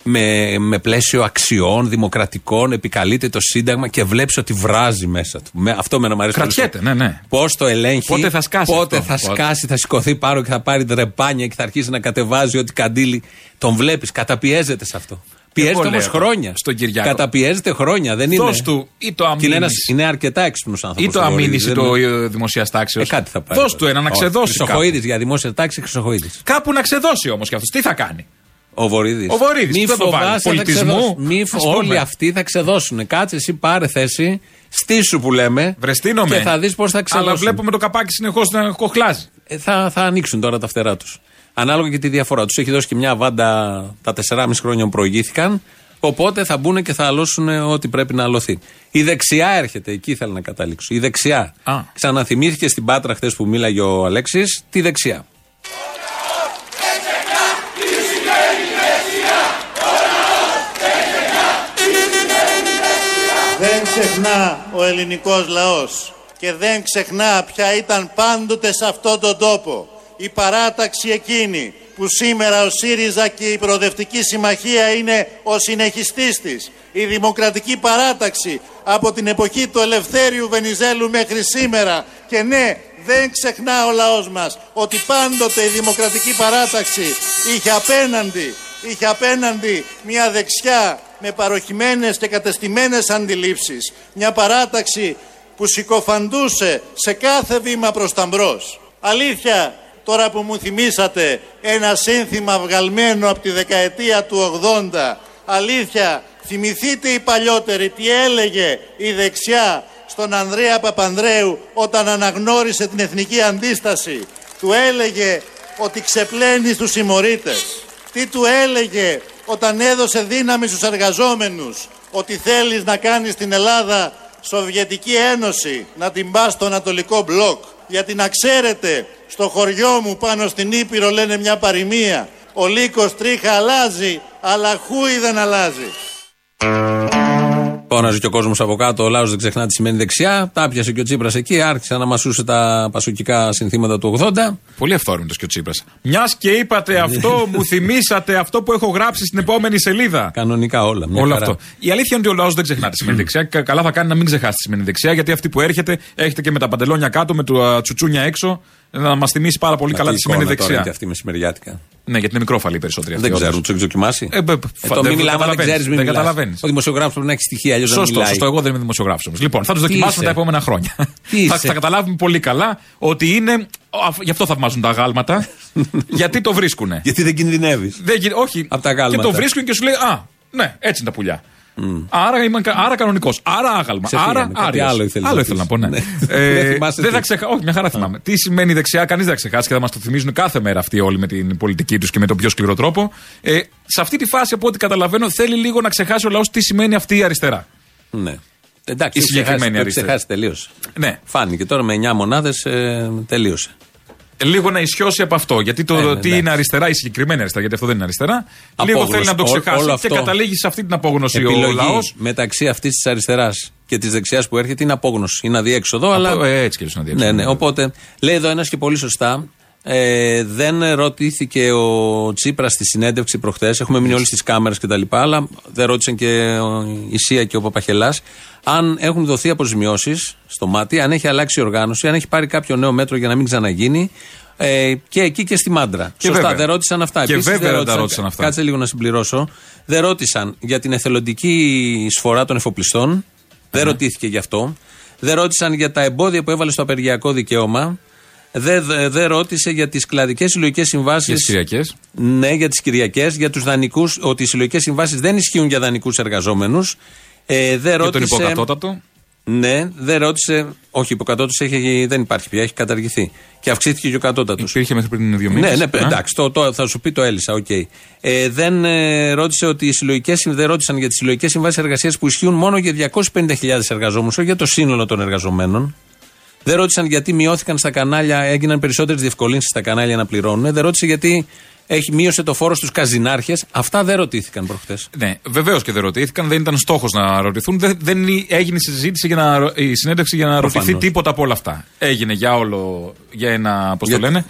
με, με πλαίσιο αξιών, δημοκρατικών. Επικαλείται το Σύνταγμα και βλέπει ότι βράζει μέσα του. Με, αυτό με να μ' αρέσει. Κρατιέται, πολύ. ναι, ναι. Πώς το ελέγχει. Πότε θα σκάσει Πότε αυτό. θα Πότε. σκάσει, θα σηκωθεί πάρο και θα πάρει τρεπάνια και θα αρχίσει να κατεβάζει ό,τι καντήλι. Τον βλέπεις, καταπιέζεται σε αυτό. Πιέζεται όμως λέω χρόνια. στον Κυριάκο. Καταπιέζεται χρόνια. Δεν Δώσ' είναι. του ή το Και είναι, ένας- αμήνης. είναι αρκετά έξυπνος Ή άνθρωπο. το αμήνυση το δημοσία τάξεω. Ε, κάτι θα πάρει. Δώσ' του ένα να ξεδώσει. κάπου. Χρυσοχοίδη για δημόσια τάξη, Χρυσοχοίδης. Κάπου να ξεδώσει όμως κι αυτός. Τι θα κάνει. Ο Βορύδης. Ο Βορύδης, Μη πού θα το βάλει, φοβάσαι, θα πολιτισμού, ξεδώσει. Μη φο- ας πούμε. Όλοι αυτοί θα ξεδώσουν. Κάτσε εσύ, πάρε θέση. Στήσου που λέμε. Βρεστίνομαι. Και θα δεις πώς θα ξεδώσουν. Αλλά βλέπουμε το καπάκι συνεχώς να κοχλάζει. Ε, θα, θα ανοίξουν τώρα τα φτερά τους. Ανάλογα και τη διαφορά. Τους έχει δώσει και μια βάντα τα 4,5 χρόνια που προηγήθηκαν. Οπότε θα μπουν και θα αλώσουν ό,τι πρέπει να αλωθεί. Η δεξιά έρχεται, εκεί ήθελα να καταλήξω. Η δεξιά. Α. Ξαναθυμήθηκε στην πάτρα χθες που μίλαγε ο Αλέξης, τη δεξιά. Δεν ξεχνά ο ελληνικός λαός και δεν ξεχνά ποια ήταν πάντοτε σε αυτόν τον τόπο η παράταξη εκείνη που σήμερα ο ΣΥΡΙΖΑ και η Προοδευτική Συμμαχία είναι ο συνεχιστής της. Η Δημοκρατική Παράταξη από την εποχή του Ελευθέριου Βενιζέλου μέχρι σήμερα. Και ναι, δεν ξεχνά ο λαός μας ότι πάντοτε η Δημοκρατική Παράταξη είχε απέναντι, είχε απέναντι μια δεξιά με παροχημένες και κατεστημένες αντιλήψεις. Μια παράταξη που συκοφαντούσε σε κάθε βήμα προς τα μπρος. Αλήθεια, τώρα που μου θυμήσατε ένα σύνθημα βγαλμένο από τη δεκαετία του 80. Αλήθεια, θυμηθείτε οι παλιότεροι τι έλεγε η δεξιά στον Ανδρέα Παπανδρέου όταν αναγνώρισε την εθνική αντίσταση. Του έλεγε ότι ξεπλένει τους συμμορίτες. Τι του έλεγε όταν έδωσε δύναμη στους εργαζόμενους ότι θέλεις να κάνεις την Ελλάδα Σοβιετική Ένωση να την πας στο Ανατολικό Μπλοκ. Γιατί να ξέρετε, στο χωριό μου πάνω στην Ήπειρο λένε μια παροιμία. Ο λύκος τρίχα αλλάζει, αλλά χούι δεν αλλάζει. Πόναζε και ο κόσμος από κάτω, ο λαό δεν ξεχνά τι σημαίνει δεξιά. Τα πιασε και ο Τσίπρας εκεί, άρχισε να μασούσε τα πασοκικά συνθήματα του 80. Πολύ αυθόρμητος και ο Τσίπρας. Μιας και είπατε αυτό, Ναι. μου θυμήσατε αυτό που έχω γράψει στην επόμενη σελίδα. Κανονικά όλα. μια Όλο χαρά. αυτό. Η αλήθεια είναι ότι ο λαό δεν ξεχνά τη σημερινή δεξιά. Κα- Καλά θα κάνει να μην ξεχάσει τη σημερινή δεξιά, γιατί αυτή που έρχεται έχετε και με τα παντελόνια κάτω, με τα τσουτσούνια έξω, να μας θυμίσει πάρα πολύ καλά Αυτή τη η εικόνα σημερινή τώρα είναι και δεξιά. αυτή μεσημεριάτικα. Ναι, γιατί είναι μικρόφαλοι οι περισσότεροι αυτοί. Δεν όντως. ξέρω, του έχει δοκιμάσει. Ε, ε, φα- το δεν μη μιλάμε, αν δεν καταλαβαίνεις, ξέρεις, μην δεν μιλάς. καταλαβαίνεις. Ο δημοσιογράφος πρέπει να έχει στοιχεία, αλλιώ δεν Σωστό, μιλάει. σωστό. Εγώ δεν είμαι δημοσιογράφος. Λοιπόν, θα τους Τι δοκιμάσουμε είσαι? τα επόμενα χρόνια. Τι θα, είσαι? θα καταλάβουμε πολύ καλά ότι είναι. αφ- Γι' αυτό θαυμάζουν τα γάλματα. γιατί το βρίσκουνε. Γιατί δεν κινδυνεύεις. Δεν γι- όχι. Απ' τα γάλματα. Και το βρίσκουν και σου λέει Α, ναι, έτσι είναι τα πουλιά. Άρα, είμαι, κα- άρα κανονικός. Άρα άγαλμα. Ξεφύγαμε. άρα Κάτι άριος. άλλο ήθελες Άλλο να ήθελα να πω, πεις. ναι. Ναι. Ε, Δεν θυμάσαι δεν τι. θα ξεχα... Όχι, μια χαρά θυμάμαι. Τι σημαίνει δεξιά, κανείς δεν θα ξεχάσει και θα μας το θυμίζουν κάθε μέρα αυτοί όλοι με την πολιτική τους και με τον πιο σκληρό τρόπο. Ε, σε αυτή τη φάση, από ό,τι καταλαβαίνω, θέλει λίγο να ξεχάσει ο λαός τι σημαίνει αυτή η αριστερά. Ναι. Εντάξει, Η το ξεχάσει- συγκεκριμένη το αριστερή. ξεχάσει, τελείωσε. Ναι. Φάνηκε τώρα με 9 μονάδε τελείωσε. Λίγο να ισιώσει από αυτό. Γιατί το Ε, τι εντάξει. είναι αριστερά, η συγκεκριμένη αριστερά, γιατί αυτό δεν είναι αριστερά. Λίγο Απόγνωση. θέλει να το Ό- ξεχάσει όλο και αυτό- καταλήγει σε αυτή την απόγνωση ο Επιλογή λαός. μεταξύ αυτής της αριστεράς και της δεξιάς που έρχεται είναι απόγνωση. Είναι αδιέξοδο, αλλά. Ε, έτσι κι αλλιώ να διαβάσει. Ναι, ναι. Οπότε λέει εδώ ένας και πολύ σωστά. Ε, δεν ρωτήθηκε ο Τσίπρας στη συνέντευξη προχθέ. Έχουμε μείνει όλοι στις κάμερες κτλ. Αλλά δεν ρώτησαν και ο- η Σία και ο Παπαχελάς αν έχουν δοθεί αποζημιώσεις στο μάτι, αν έχει αλλάξει η οργάνωση, αν έχει πάρει κάποιο νέο μέτρο για να μην ξαναγίνει. Ε, και εκεί και στη μάντρα. Και Σωστά, βέβαια. δεν ρώτησαν αυτά. Και Επίσης, βέβαια δεν τα ρώτησαν αυτά. Κάτσε λίγο να συμπληρώσω. Δεν ρώτησαν για την εθελοντική σφορά των εφοπλιστών. Δεν ρωτήθηκε γι' αυτό. Δεν ρώτησαν για τα εμπόδια που έβαλε στο απεργιακό δικαίωμα. Δεν δε, δεν ρώτησε για τις κλαδικές συλλογικές συμβάσεις. Και στις Κυριακές. Ναι, για τις Κυριακές. Για τους δανεικούς. Ότι οι συλλογικές συμβάσεις δεν ισχύουν για δανεικούς εργαζόμενους. Ε, δεν Και τον ρώτησε. υποκατώτατο. Ναι, δεν ρώτησε. Όχι, υποκατώτατο δεν υπάρχει πια, έχει καταργηθεί. Και αυξήθηκε και ο κατώτατος. Υπήρχε μέχρι πριν δύο μήνες. Ναι, ναι, εντάξει, το, το, θα σου πει το έλυσα, οκ. Ε, δεν ε, ρώτησε ότι οι συλλογικές δεν ρώτησαν για τις συλλογικές συμβάσεις εργασίας που ισχύουν μόνο για 250.000 εργαζόμενους, όχι για το σύνολο των εργαζομένων. Δεν ρώτησαν γιατί μειώθηκαν στα κανάλια, έγιναν περισσότερες διευκολύνσεις στα κανάλια να πληρώνουν. Ε, Δεν ρώτησε γιατί έχει μείωσε το φόρο στους καζινάρχες. Αυτά δεν ρωτήθηκαν προχτές. Ναι, βεβαίως και δεν ρωτήθηκαν, δεν ήταν στόχος να ρωτηθούν. Δεν, δεν έγινε η συζήτηση για να, ρω- η συνέντευξη για να Προφανώς. ρωτηθεί τίποτα από όλα αυτά. Έγινε για όλο, για ένα, πώς το Για- λένε,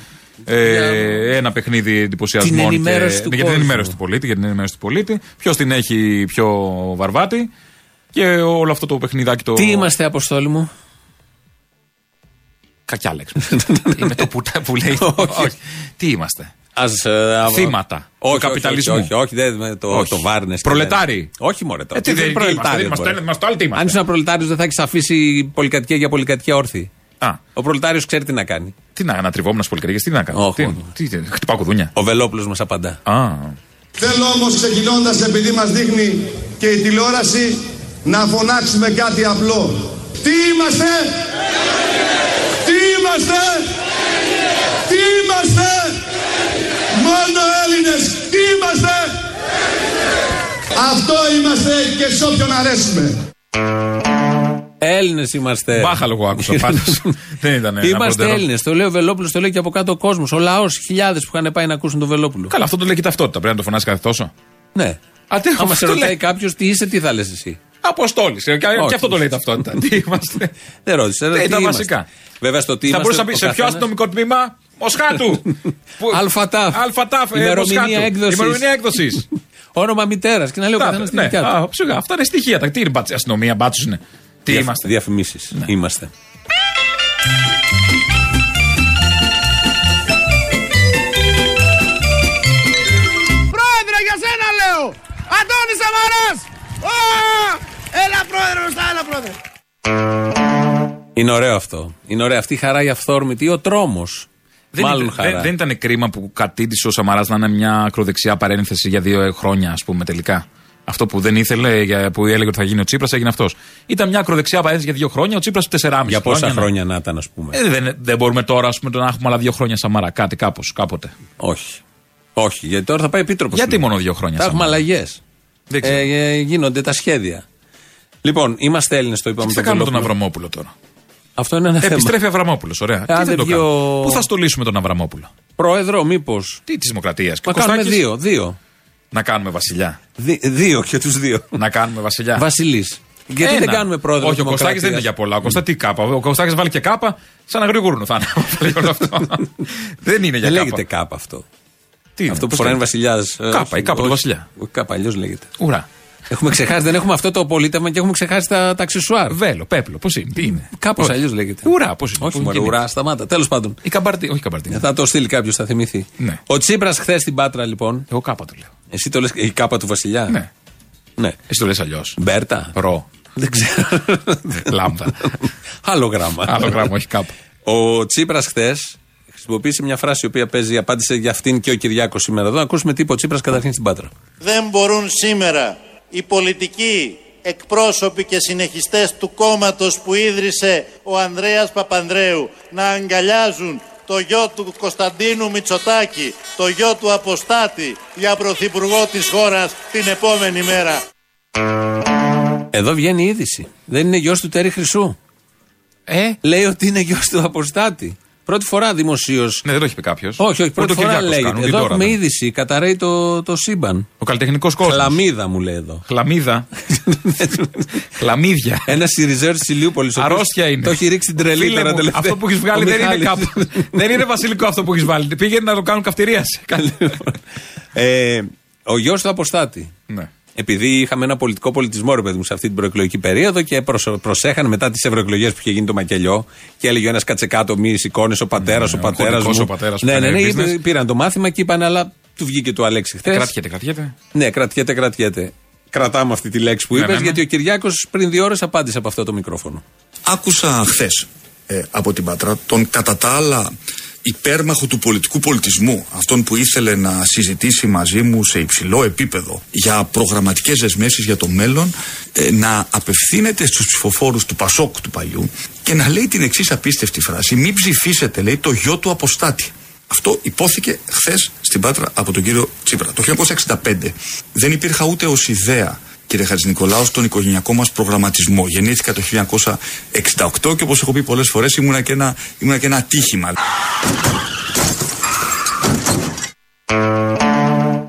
ε, ένα παιχνίδι εντυπωσιασμών. Την και- ενημέρωση του ναι, για την κόσμου. ενημέρωση του πολίτη. Για την ενημέρωση του πολίτη. Ποιος την έχει πιο βαρβάτη. Και όλο αυτό το παιχνιδάκι το. Τι είμαστε, Αποστόλη μου. Κακιά λέξη. Είναι το που, που λέει. Όχι. Τι είμαστε. Ας, ε, α- Θύματα όχι, του όχι, καπιταλισμού. Όχι, όχι, όχι, δεν, το, Όχι. το βάρνες. Προλετάρι. Όχι, μωρέ. τώρα. Ε, τι δεν- τι είμαστε, δεν είμαστε, μωρέ. δεν είμαστε, άλλοι τι είμαστε. Αν ήσουν προλετάριο, δεν θα έχεις αφήσει πολυκατοικία για πολυκατοικία όρθιη. Α, Ο προλετάριος ξέρει τι να κάνει. τι να ανατριβόμουν στι πολυκατοικίε, τι να κάνω. Όχι, Τι, όχι. τι, τι- χτυπάω κουδούνια. Ο Βελόπουλος μας απαντά. Α, Θέλω όμως ξεκινώντας επειδή μας δείχνει και η τηλεόραση να φωνάξουμε κάτι απλό. Τι είμαστε! Τι είμαστε! Τι είμαστε! Μόνο Έλληνες! Τι είμαστε! Αυτό είμαστε και σε όποιον αρέσουμε. Έλληνες είμαστε. μπάχαλο εγώ άκουσα πάντως. Δεν ήταν ένα Ε. Είμαστε προντερό. Έλληνες. Το λέει ο Βελόπουλος, το λέει και από κάτω ο κόσμος. Ο λαός, χιλιάδες που είχαν πάει να ακούσουν τον Βελόπουλο. Καλά, αυτό το λέει και η ταυτότητα. Πρέπει να το φωνάσει κάθε τόσο. Ναι. Α, τι, Άμα αυτό σε το ρωτάει λέει. κάποιος τι είσαι, τι θα λες εσύ. Αποστόλης. ε, Και, Όχι. και αυτό το λέει η ταυτότητα. τι είμαστε. Δεν ρώτησε. Τα- ρε, τι Ε, τα είμαστε. βασικά. Βέβαια στο τι Θα μπορούσα είμαστε. να πει ο σε ποιο καθένας- αστυνομικό τμήμα Μοσχάτου. Που- Αλφατάφ. Αλφατάφ. ε, Ημερομηνία Μοσχάτου. έκδοσης. Ημερομηνία έκδοσης. Όνομα μητέρας και να λέει ο καθένας τη ναι, δικιά του. α, ψυχα, αυτά είναι στοιχεία. Τα- Τι είναι μπάτσε, αστυνομία, μπάτσους είναι. Τι είμαστε. Ναι. Διαφημίσει. Είμαστε. Πρόεδρε, για σένα λέω! Αντώνη Σαμαράς! Ω! Έλα πρόεδρε, μπροστά, έλα πρόεδρε! Είναι ωραίο αυτό. Είναι ωραίο. Αυτή η χαρά η αυθόρμητη, ο τρόμος. Δεν, Μάλλον ήταν, χαρά. δεν, δεν ήταν κρίμα που κατήντησε ο Σαμαράς να είναι μια ακροδεξιά παρένθεση για δύο ε, χρόνια, ας πούμε, τελικά. Αυτό που δεν ήθελε, για- που έλεγε ότι θα γίνει ο Τσίπρας, έγινε αυτός. Ήταν μια ακροδεξιά παρένθεση για δύο χρόνια, ο Τσίπρας τεσσεράμιση. Για πόσα χρόνια να ήταν, ας πούμε. ναι. Ε, δεν, δεν μπορούμε τώρα ας πούμε, να έχουμε άλλα δύο χρόνια Σαμάρα. Κάτι κάπως, κάποτε. Όχι. Όχι, γιατί τώρα θα πάει επίτροπος. Γιατί μόνο δύο χρόνια, Θα έχουμε Σαμάρα. αλλαγές. Δεν Ε, ξέρω. ε, γίνονται τα σχέδια. Λοιπόν, είμαστε Έλληνες, το είπαμε. Τι θα τον κάνουμε τον Βελόπουλο. Αβραμόπουλο τώρα. Αυτό είναι ένα θέμα. Επιστρέφει ο Αβραμόπουλος, ωραία. Τι αν δεν δεν το βγει κάνουμε. ο- Πού θα στολίσουμε τον Αβραμόπουλο. Πρόεδρο, μήπως. Τι της Δημοκρατίας. Μα κάνουμε δύο. δύο. Να κάνουμε βασιλιά. Δι- δύο και τους δύο. Να κάνουμε βασιλιά. Βασιλή. Ε. Γιατί Ένα. δεν κάνουμε πρόεδρο. Όχι, ο Κωστάκη Δημοκρατίας. δεν είναι για πολλά. Ο Κωστάκη κάπα. Ο Κωστάκης βάλει και κάπα, σαν αγριγούρνο θα είναι. Όλο αυτό. δεν είναι για Δεν κάπα. Ε, λέγεται κάπα αυτό. Τι είναι, αυτό που πώς φοράει λέγεται. βασιλιάς. Κάπα, η κάπα του βασιλιά. Κάπα, αλλιώς λέγεται. Ουρά. Έχουμε ξεχάσει, δεν έχουμε αυτό το απολύτευμα και έχουμε ξεχάσει τα, τα αξεσουάρ. Βέλο, πέπλο, πώς είναι, τι είναι. Κάπως Όχι. αλλιώς λέγεται. Ουρά, πώς είναι. Όχι, πώς μωρέ, γίνεται. ουρά, Ναι. σταμάτα. Τέλος πάντων. Η καμπαρτί, όχι καμπαρτί. Θα το στείλει κάποιος, θα θυμηθεί. Ναι. Ο Τσίπρας χθες στην Πάτρα, λοιπόν. Εγώ κάπα το λέω. Εσύ το λες η κάπα του Βασιλιά. Ναι. ναι. Εσύ το λες αλλιώς. Μπέρτα. Ρο. Δεν ξέρω. Λάμδα. Άλλο γράμμα. Άλλο γράμμα, όχι κάπα. Ο Τσίπρας χθες χρησιμοποίησε μια φράση η οποία παίζει, απάντησε για αυτήν και ο Κυριάκος σήμερα εδώ. Να Ακούσουμε τι είπε ο Τσίπρας καταρχήν στην Πάτρα. Δεν μπορούν σήμερα οι πολιτικοί εκπρόσωποι και συνεχιστές του κόμματος που ίδρυσε ο Ανδρέας Παπανδρέου να αγκαλιάζουν το γιο του Κωνσταντίνου Μητσοτάκη, το γιο του Αποστάτη για πρωθυπουργό της χώρας την επόμενη μέρα. Εδώ βγαίνει η είδηση. Δεν είναι γιος του Τέρι Χρυσού. Ε, Λέει ότι είναι γιος του Αποστάτη. Πρώτη φορά δημοσίως. ναι, δεν το έχει πει κάποιος. Όχι, όχι, πρώτη φορά λέγεται. Εδώ έχουμε ήδη. είδηση. Καταραίει το, το σύμπαν. Ο καλλιτεχνικός κόσμος. Χλαμίδα μου λέει εδώ. Χλαμίδα. Χλαμίδια. Ένα Σιριζέρ τη Ηλιούπολη. Αρρώστια είναι. Το έχει ρίξει την τρελή Φίλε τώρα μου, τελευταία. Αυτό που έχεις βγάλει Ο δεν είναι Μιχάλης. Ναι, κάπου. δεν είναι βασιλικό αυτό που έχεις βάλει. Πήγαινε να το κάνουν καυτηρία. ε, ο γιος του Αποστάτη. ναι. Επειδή είχαμε ένα πολιτικό πολιτισμό, ρε παιδί μου, σε αυτή την προεκλογική περίοδο και προσ- προσέχαν μετά τις ευρωεκλογές που είχε γίνει το μακελιό και έλεγε ο ένας κάτσε κάτω, μη σηκώνε ο πατέρας, ο Ναι, ο πατέρας. κωδικός ο πατέρας που Ναι, ναι, κάνει ναι, business. πήραν το μάθημα και είπαν, αλλά του βγήκε το Αλέξη χθες. Κρατιέται, κρατιέται. Ναι, κρατιέται, κρατιέται. Κρατάμε αυτή τη λέξη που Ναι, είπες, ναι, ναι. γιατί ο Κυριάκος πριν δύο ώρες απάντησε από αυτό το μικρόφωνο. Άκουσα χθες από την Πατρά τον κατά τα άλλα υπέρμαχο του πολιτικού πολιτισμού, αυτόν που ήθελε να συζητήσει μαζί μου σε υψηλό επίπεδο για προγραμματικές δεσμεύσεις για το μέλλον, ε, να απευθύνεται στους ψηφοφόρους του Πασόκ του παλιού και να λέει την εξής απίστευτη φράση «Μην ψηφίσετε», λέει, «το γιο του αποστάτη». Αυτό υπόθηκε χθες στην Πάτρα από τον κύριο Τσίπρα. Το 1965 δεν υπήρχα ούτε ως ιδέα, κύριε Χατζηνικολάου, στον οικογενειακό μας προγραμματισμό. Γεννήθηκα το 1968 και όπως έχω πει πολλές φορές, ήμουνα, και ένα- ήμουνα και ένα ατύχημα.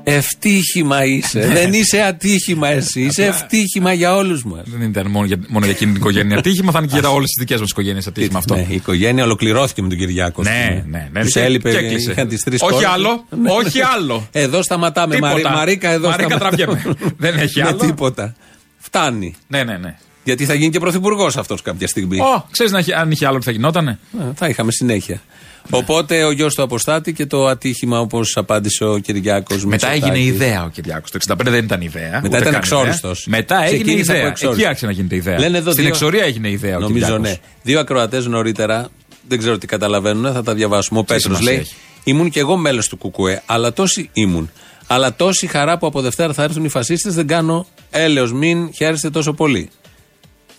Ευτύχημα είσαι. Ναι. Δεν είσαι ατύχημα εσύ. Είσαι ευτύχημα για όλους μας. Δεν ήταν μόνο για, μόνο για εκείνη την οικογένεια ατύχημα, θα είναι και για όλες τις δικές μας οικογένειες ατύχημα αυτό. Ναι, η οικογένεια ολοκληρώθηκε με τον Κυριάκο. ας Ναι, πούμε. ναι, ναι. Τους Και- έλειπε, και έκλεισε. είχαν τις τρεις Όχι κόρες. άλλο, Ναι. όχι άλλο. Εδώ σταματάμε. Τίποτα. Μαρί- Μαρίκα, εδώ Μαρίκα, σταματάμε. τραβιέμαι. Δεν έχει Ναι, άλλο. τίποτα. Φτάνει. Ναι, ναι, ναι. Γιατί θα γίνει και πρωθυπουργός αυτός κάποια στιγμή. Ω, ξέρεις αν είχε άλλο που θα γινότανε. Ε, Θα είχαμε συνέχεια. Ναι. Οπότε ο γιος του Αποστάτη και το ατύχημα όπως απάντησε ο Κυριάκος. Μετά έγινε ιδέα ο Κυριάκος. Το 65 δεν ήταν ιδέα. ούτε ήταν καν εξόριστος. ιδέα. Μετά έγινε Ξεκίνησε από ιδέα. εξόριστο. Εκεί άρχισε να γίνεται ιδέα. Λένε εδώ Στην δύο- εξορία έγινε ιδέα. ο Νομίζω Κυριάκος. ναι. Δύο ακροατές νωρίτερα, δεν ξέρω τι καταλαβαίνουν, θα τα διαβάσουμε. Ο Πέτρος σημασία λέει: έχει. Ήμουν και εγώ μέλος του Κουκουέ, αλλά τόσοι ήμουν. Αλλά τόση χαρά που από Δευτέρα θα έρθουν οι φασίστες δεν κάνω έλεος Μην χαίρεστε τόσο πολύ.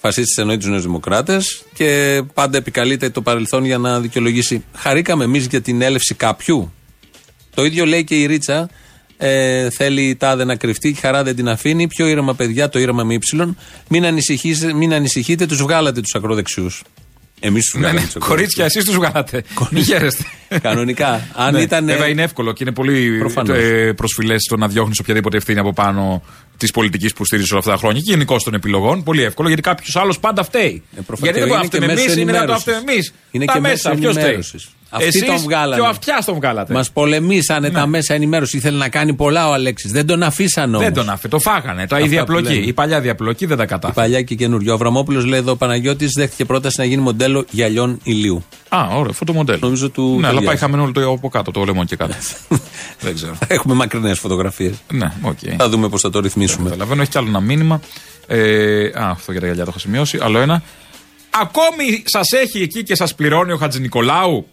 Φασίστε εννοεί τους Νέου Δημοκράτε και πάντα επικαλείται το παρελθόν για να δικαιολογήσει. Χαρήκαμε εμείς για την έλευση κάποιου. Το ίδιο λέει και η Ρίτσα. Ε, θέλει η τάδε να κρυφτεί, η χαρά δεν την αφήνει. Πιο ήρεμα, παιδιά, το ήρεμα με ύψιλον. Μην, ανησυχείς- μην ανησυχείτε, τους βγάλατε τους ακροδεξιούς. Εμείς τους Ναι, βγάλαμε. ναι. τους Κορίτσια, ακροδεξιούς. εσείς τους βγάλατε. Μην χαίρεστε. Κανονικά. Αν Ναι. ήταν. Βέβαια είναι εύκολο και είναι πολύ Προφανώς. ε, προσφυλές το να διώχνεις οποιαδήποτε ευθύνη από πάνω της πολιτικής που στηρίζει όλα αυτά τα χρόνια και γενικώ των επιλογών. Πολύ εύκολο γιατί κάποιος άλλος πάντα φταίει. προφανώς. γιατί δεν Ε, Είναι μπορούμε να και φταίμε μέσα εμεί, είναι να το ενημέρωσης. φταίμε εμείς. Είναι τα και μέσα, μέσα ποιος φταίει. ενημέρωσης. Αυτοί τον βγάλανε. Και ο αυτιάς τον βγάλατε. Ναι. Μας πολεμήσανε τα μέσα ενημέρωσης. Ήθελε να κάνει πολλά ο Αλέξης. Δεν τον αφήσαν όμω. Δεν τον άφησε, το φάγανε. Το, η, που διαπλοκή, λένε. η παλιά διαπλοκή δεν τα Η κατάφερε. παλιά και η καινούργια. Ο Αβραμόπουλος λέει εδώ: Ο Παναγιώτης δέχτηκε πρόταση να γίνει μοντέλο γυαλιών ηλίου. Α, ωραίο, φωτομοντέλο. Νομίζω του Ναι, αλλά ταιριάζει. πάει χαμένο όλο το από κάτω, το λαιμό και κάτω. δεν ξέρω. Έχουμε μακρινές φωτογραφίες. Ναι, οκ. Θα δούμε πώς θα το ρυθμίσουμε. Καταλαβαίνω, έχει κι άλλο ένα μήνυμα. Ε, α, αυτό για τα γυαλιά το είχα σημειώσει. Άλλο ένα. Ακόμη σας έχει εκεί και σας πληρώνει ο Χατζη Νικολάου.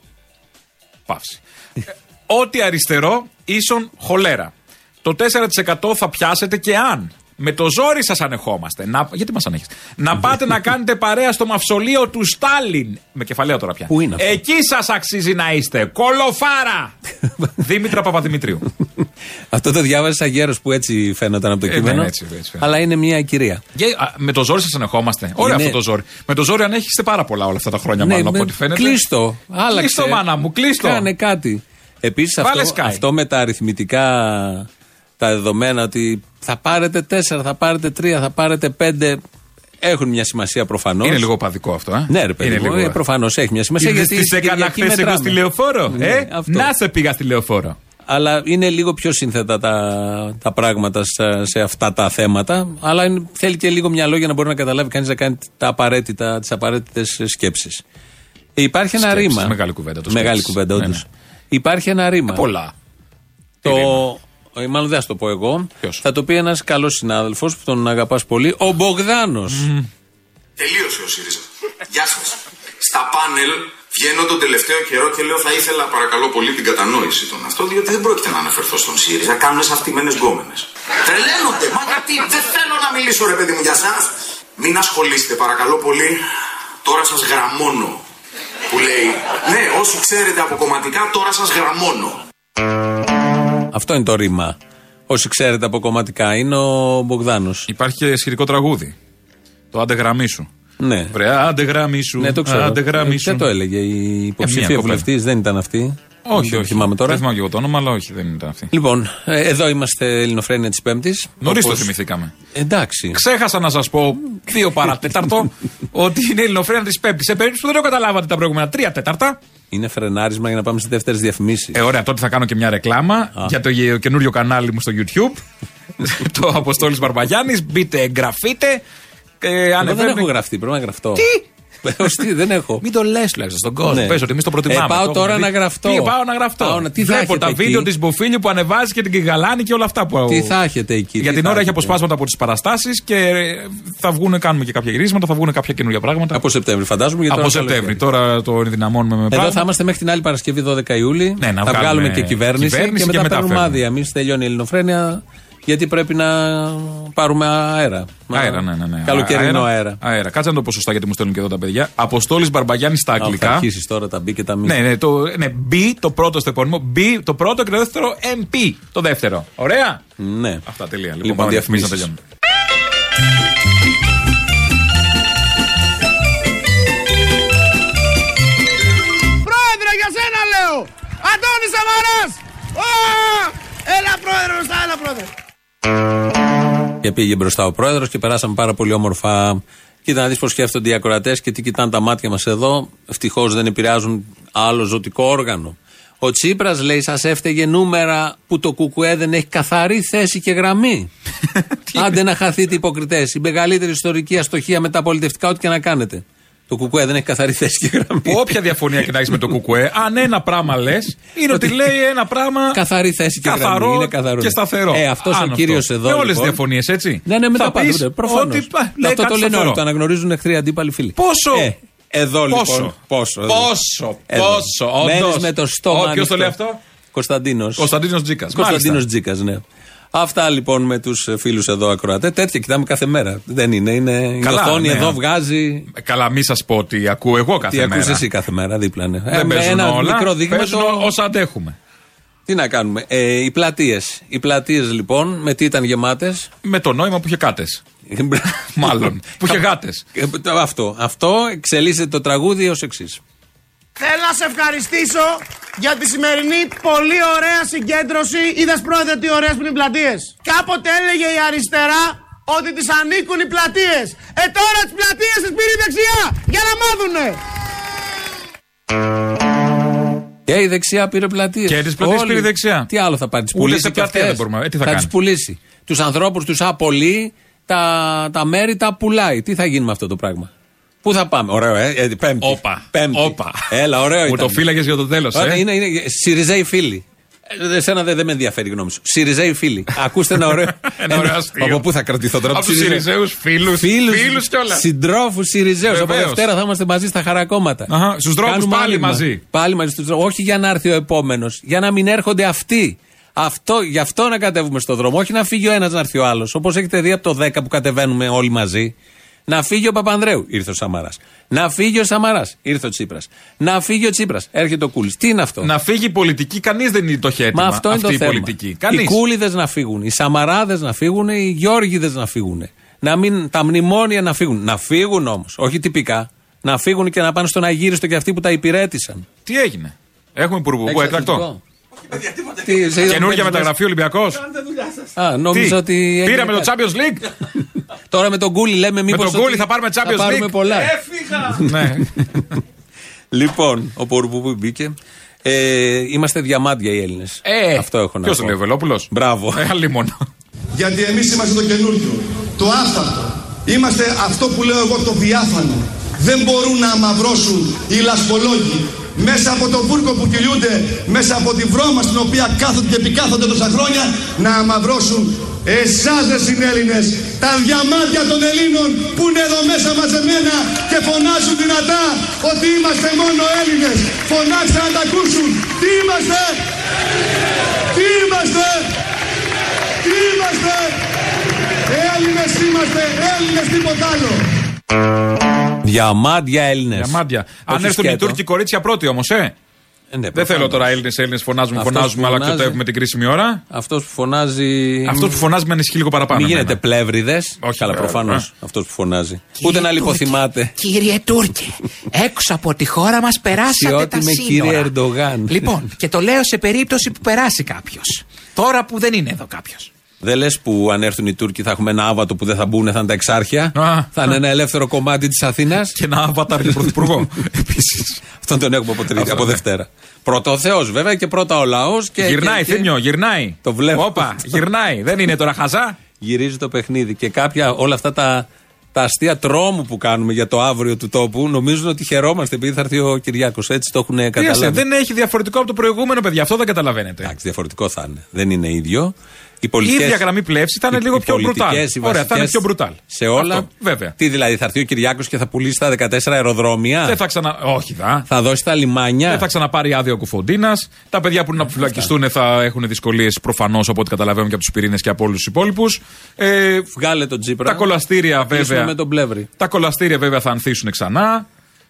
Παύση. Ε, Ό,τι αριστερό ίσον χολέρα. Το 4% θα πιάσετε και αν Με το ζόρι σας ανεχόμαστε. Να... Γιατί μας ανέχει. Να πάτε να κάνετε παρέα στο μαυσολείο του Στάλιν. Με κεφαλαίο τώρα πια. Πού είναι αυτό? Εκεί σας αξίζει να είστε. Κολοφάρα! Δήμητρα Παπαδημητρίου. Αυτό το διάβαζες σαν γέρος που έτσι φαίνονταν από το Ε, κείμενο. ναι, έτσι, έτσι φαίνεται. αλλά είναι μια κυρία. Και, α, με το ζόρι σας ανεχόμαστε. Ωραίο Είναι- αυτό το ζόρι. Με το ζόρι ανέχεστε πάρα πολλά όλα αυτά τα χρόνια, Ναι, μάλλον με- από ό,τι φαίνεται. Κλείστο. Άλλαξε. Κλείστο, μάνα μου, κλείστο. Κάνε κάτι. Επίσης Βάλε αυτό, Sky. αυτό με τα αριθμητικά τα δεδομένα ότι θα πάρετε 4, θα πάρετε 3, θα πάρετε 5. Έχουν μια σημασία προφανώς. Είναι λίγο παδικό αυτό, ε. Ναι, ρε παιδί Είναι μου, λίγο, ε, ε. προφανώς έχει μια σημασία. Είδες Γιατί τις στην έκανα Κυριακή χθες εγώ μετράμε. στη λεωφόρο. Ναι, ε? αυτό. Ναι. Να σε πήγα στη λεωφόρο. Αλλά είναι λίγο πιο σύνθετα τα, τα πράγματα σε, σε αυτά τα θέματα. Αλλά είναι- θέλει και λίγο μυαλό για να μπορεί να καταλάβει κανείς να κάνει τα απαραίτητα, τις απαραίτητες σκέψεις. Υπάρχει ένα Σκέψεις, ρήμα. μεγάλη κουβέντα, το Μεγάλη σκέψεις. κουβέντα, Ναι, Ε, όντως. Υπάρχει ένα ρήμα. Πολλά. Το, ε, μάλλον δεν θα το πω εγώ. Θα το πει ένας καλός συνάδελφος που τον αγαπάς πολύ, ο Μπογδάνος. Τελείωσε ο ΣΥΡΙΖΑ. Γεια σας. Στα πάνελ βγαίνω τον τελευταίο καιρό και λέω θα ήθελα παρακαλώ πολύ την κατανόηση των αυτό, διότι δεν πρόκειται να αναφερθώ στον ΣΥΡΙΖΑ. Κάνουν σαν φτυμένε γκόμενες. Τρελαίνονται. Μα γιατί δεν θέλω να μιλήσω, ρε παιδί μου, για εσά. Μην ασχολείστε, παρακαλώ πολύ. Τώρα σας γραμμώνω. Που λέει, Ναι, όσοι ξέρετε από κομματικά, τώρα σας γραμμώνω. Αυτό είναι το ρήμα. Όσοι ξέρετε από κομματικά, είναι ο Μπογδάνος. Υπάρχει και σχετικό τραγούδι. Το άντε γραμμή σου. Ναι. Βρε, άντε γραμμή σου. Ναι, το ξέρω. Άντε γραμμή Ε, σου. Δεν το έλεγε. Η μια υποψήφια κοπέλα. βουλευτής δεν ήταν αυτή. Όχι, δεν όχι. θυμάμαι τώρα. Δεν θυμάμαι και εγώ το όνομα, αλλά όχι, δεν ήταν αυτή. Λοιπόν, ε, εδώ είμαστε Ελληνοφρένια της Πέμπτης. Νωρίς το θυμηθήκαμε. Εντάξει. Ξέχασα να σας πω δύο παρατέταρτο ότι είναι ελληνοφρένα της Πέμπτης. Σε περίπτωση που δεν το καταλάβατε τα προηγούμενα τρία τέταρτα. Είναι φρενάρισμα για να πάμε στις δεύτερες διαφημίσεις. Ε, ωραία, τότε θα κάνω και μια ρεκλάμα για το γε- καινούριο κανάλι μου στο YouTube. το Αποστόλης Μπαρμπαγιάννης. Μπείτε, εγγραφείτε. Ε, Εγώ δεν ανεβαίνει- έχω γραφτεί, πρέπει να γραφτώ. Τι! Ως τι, δεν έχω. Μην το λες τουλάχιστον στον κόσμο. Ναι. Πες ότι εμείς το προτιμάμε. Ε, πάω Το τώρα έχουμε να δει. γραφτώ. Τι, πάω να γραφτώ. Πάω να- τι θα Βλέπω έχετε τα εκεί? βίντεο της Μποφίλη που ανεβάζει και την Κιγαλάνη και όλα αυτά που. Τι θα έχετε εκεί. Για τι την θα ώρα έχει έχετε. αποσπάσματα από τις παραστάσεις και ε, θα βγουν, κάνουμε και κάποια γυρίσματα, θα βγουν κάποια καινούργια πράγματα. Από Σεπτέμβρη, φαντάζομαι. γιατί από τώρα είναι Σεπτέμβρη. Τώρα το ενδυναμώνουμε με καλοκαίρι. Εδώ θα πράγματα. είμαστε μέχρι την άλλη Παρασκευή 12 Ιούλη. Ναι, να θα βγάλουμε βγάλουμε και κυβέρνηση, κυβέρνηση και και μετά μετά παίρνουμε φεύγουμε. άδεια. Εμείς τελειώνει η Ελληνοφρένεια γιατί πρέπει να πάρουμε αέρα. Μα- Αέρα, ναι, ναι. ναι. Καλοκαιρινό αέρα. αέρα. Κάτσε να το πω σωστά γιατί μου στέλνουν και εδώ τα παιδιά. Αποστόλης Μπαρμπαγιάννης στα Α, Θα αγγλικά. αρχίσεις τώρα τα μπει και τα μη. Ναι, ναι, το, ναι, B το πρώτο στο επώνυμο, B το πρώτο και το δεύτερο, MP το δεύτερο. Ωραία. Ναι. Αυτά τελεία. Λοιπόν, Λοιπόν, πάμε διαφημίσεις να διαφημίσεις. τελειώνουμε. Πρόεδρε, για σένα λέω! Αντώνης Σαμαράς! Ω! Έλα πρόεδρε μπροστά, έλα πρόεδρε! Και πήγε μπροστά ο πρόεδρος και περάσαμε πάρα πολύ όμορφα. Κοίτα να δεις πώς σκέφτονται οι ακροατές και τι κοιτάνε τα μάτια μας εδώ. Ευτυχώς δεν επηρεάζουν άλλο ζωτικό όργανο. Ο Τσίπρας λέει: Σας έφταιγε νούμερα που το Κουκουέ δεν έχει καθαρή θέση και γραμμή. Άντε να χαθείτε υποκριτές. Η μεγαλύτερη ιστορική αστοχία με τα πολιτευτικά, ό,τι και να κάνετε. Το Κουκουέ δεν έχει καθαρή θέση και γραμμή. Όποια διαφωνία και να έχεις με το Κουκουέ, αν ένα πράγμα λες, είναι ότι λέει ένα πράγμα. Καθαρή θέση και καθαρό γραμμή. Είναι καθαρό. και σταθερό. Ε, αυτός Αν ο κύριος εδώ, Με όλες τις λοιπόν, διαφωνίες, έτσι. Ναι, ναι, με Θα τα πάντα. πεις ναι, προφανώς. Ότι, πα, λέει Αυτό κάτι το λένε σταθερό. όλοι. Το αναγνωρίζουν εχθροί αντίπαλοι φίλοι. Πόσο? Ε, εδώ Πόσο? λοιπόν. Πόσο. εδώ. Πόσο, Εδώ. πόσο, Μένεις όντως. με το στόμα. Ο, ποιος το ανοιχτό. λέει αυτό? Κωνσταντίνος. Κωνσταντίνος Τζίκας, Κωνσταντίνος μάλιστα. Τζίκας, ναι. Αυτά λοιπόν με τους φίλους εδώ ακροατέ. Τέτοια κοιτάμε κάθε μέρα. Δεν είναι. είναι Καλά, η οθόνη ναι. εδώ βγάζει. Καλά, μη σας πω ότι ακούω εγώ κάθε Τι ακούς μέρα. εσύ κάθε μέρα δίπλα. Ναι. Ε, Δεν με παίζουν ένα όλα. μικρό δείγμα παίζουν το- όσα αντέχουμε. Τι να κάνουμε. Ε, οι πλατείες. Οι πλατείες λοιπόν με τι ήταν γεμάτες. Με το νόημα που είχε κάτες. Μάλλον. που είχε γάτες. Ε, Αυτό. Αυτό εξελίσσεται το τραγούδι ως εξής. Θέλω να σε ευχαριστήσω για τη σημερινή πολύ ωραία συγκέντρωση. Είδες πρόεδρε τι ωραίες που είναι οι πλατείες. Κάποτε έλεγε η αριστερά ότι τις ανήκουν οι πλατείες. Ε τώρα τις πλατείες τις πήρε η δεξιά για να μάθουνε. Και η δεξιά πήρε πλατείες. Και τις πλατείες πήρε η δεξιά. Τι άλλο θα πάρει, τις Ούτε πουλήσει. σε και πλατεία αυτές. δεν μπορούμε, ε, τι θα θα κάνει. τι πουλήσει. Τους ανθρώπους τους απολύει, τα, τα μέρη τα πουλάει. Τι θα γίνει με αυτό το πράγμα. Πού θα πάμε, ωραίο, ε, ε, πέμπτη. Όπα. Πέμπτη. Όπα. Έλα, ωραίο Μου ήταν. το φύλαγες για το ε. τέλος. Ωραία, είναι, είναι, Σιριζέοι φίλοι. Ε, Εσένα δεν, δεν με ενδιαφέρει η γνώμη σου. Σιριζέοι φίλοι. Ακούστε ένα ωραίο. Ένα ωραίο αστείο. Από πού θα κρατηθώ τώρα Από τους Σιριζέους φίλους, φίλους κιόλα. Συντρόφους Σιριζέους. Από Βεβαίως. Δευτέρα θα είμαστε μαζί στα χαρακόμματα. Αχα, στους δρόμους Κάνουμε πάλι άλυμα. μαζί. Πάλι μαζί στους δρόμους. Όχι για να έρθει ο επόμενος. Για να μην έρχονται αυτοί. Αυτό, γι' αυτό να κατέβουμε στον δρόμο. Όχι να φύγει ο ένας να έρθει ο άλλος. Όπως έχετε δει από το 10 που κατεβαίνουμε όλοι μαζί. Να φύγει ο Παπανδρέου, ήρθε ο Σαμαράς. Να φύγει ο Σαμαράς, ήρθε ο Τσίπρας. Να φύγει ο Τσίπρας, έρχεται ο Κούλης. Τι είναι αυτό. Να φύγει η πολιτική, κανείς δεν είναι το χέτημα. Μα αυτό είναι αυτή το η θέμα. πολιτική. Κανείς. Οι κούλιδες να φύγουν, οι σαμαράδες να φύγουν, οι γιώργιδες να φύγουν. Να μην, τα μνημόνια να φύγουν. Να φύγουν όμως, όχι τυπικά. Να φύγουν και να πάνε στον Αγύριστο και αυτοί που τα υπηρέτησαν. Τι έγινε. Έχουμε υπουργού Έχεις έκτακτο. αθλητικό? Τι, σε είδα που Καινούργια παίζεις μεταγραφή Ολυμπιακός. Α, νόμιζα ότι. έγινε Πήραμε το κάτι. Champions League. Τώρα με τον Κούλι λέμε μήπω. τον Κούλι θα πάρουμε Champions Θα πάρουμε League. πολλά. ναι. Λοιπόν, ο Πορπού που μπήκε. Ε, είμαστε διαμάντια οι Έλληνες. Ε, Αυτό έχω να πω. Ποιος το λέει, ο Βελόπουλος. Μπράβο. Ε, άλλη μόνο. Γιατί εμείς είμαστε το καινούριο, το άφθαρτο. Είμαστε αυτό που λέω εγώ το διάφανο. Δεν μπορούν να αμαυρώσουν οι λασπολόγοι μέσα από το βούρκο που κυλιούνται, μέσα από τη βρώμα στην οποία κάθονται και επικάθονται τόσα χρόνια, να αμαυρώσουν εσάς δε συνέλληνες, τα διαμάντια των Ελλήνων που είναι εδώ μέσα μαζεμένα και φωνάζουν δυνατά ότι είμαστε μόνο Έλληνες. Φωνάξτε να τα ακούσουν. Τι είμαστε! Τι είμαστε! Τι είμαστε! Ε, Έλληνες είμαστε, Έλληνες τίποτα άλλο. Διαμάντια Έλληνες. Διαμάντια. Αν έρθουν οι Τούρκοι κορίτσια πρώτοι όμως, ε. ναι, Δεν θέλω τώρα Έλληνες, Έλληνες φωνάζουμε, Αυτός φωνάζουμε, που αλλά και το φωνάζει- έχουμε την κρίσιμη ώρα. Αυτός που φωνάζει. Αυτός που φωνάζει με ανησυχεί λίγο παραπάνω. Μην εμένα. γίνετε πλεύριδες. Όχι, Καλά, ε, προφανώ. ε. Αυτός που φωνάζει. Ούτε να λιποθυμάτε. Κύριε Τούρκε, έξω από τη χώρα μας περάσατε τα Σιώτη με σύνορα. κύριε Ερντογάν. Λοιπόν, και το λέω σε περίπτωση που περάσει κάποιος. Τώρα που δεν είναι εδώ κάποιος. Δεν λες που αν έρθουν οι Τούρκοι θα έχουμε ένα άβατο που δεν θα μπουν, θα είναι τα εξάρχεια. θα είναι ένα ελεύθερο κομμάτι της Αθήνας. Και ένα άβαταρ του Πρωθυπουργού. Επίση. Αυτόν τον έχουμε από, τρίτη- Αυτό, από ναι. Δευτέρα. Πρώτο ο Θεός, βέβαια, και πρώτα ο λαός. Και, Ε, Γυρνάει, Ε, και- και- θύμιο, γυρνάει. Το βλέπω. Όπα, γυρνάει. Δεν είναι τώρα χαζά. Γυρίζει το παιχνίδι και κάποια όλα αυτά τα, τα αστεία τρόμου που κάνουμε για το αύριο του τόπου νομίζουν ότι χαιρόμαστε επειδή θα έρθει ο Κυριάκος. Έτσι το έχουν Κοίταξε, καταλάβει. δεν έχει διαφορετικό από το προηγούμενο, παιδιά. Αυτό δεν καταλαβαίνετε. Εντάξει, διαφορετικό θα είναι. Δεν είναι ίδιο. Οι Η πολιτικές- ίδια γραμμή πλεύση θα είναι οι- λίγο οι πιο πολιτικές, μπρουτάλ. οι Ωραία, θα είναι βασικές πιο μπρουτάλ. Σε όλα. Αυτό, βέβαια. Τι δηλαδή, θα έρθει ο Κυριάκος και θα πουλήσει τα 14 αεροδρόμια. Δεν θα ξανα. Όχι, δα. Θα δώσει τα λιμάνια. Δεν Ε, θα ξαναπάρει άδεια ο Κουφοντίνας. Τα παιδιά Ε, που είναι να αποφυλακιστούν θα έχουν δυσκολίες προφανώς από ό,τι καταλαβαίνουμε και από τους πυρήνες και από όλους τους υπόλοιπους. Ε, Βγάλε τον Τζίπρα. τα κολαστήρια Κλείσουμε βέβαια. με τον πλεύρη. Τα κολαστήρια βέβαια θα ανθίσουν ξανά.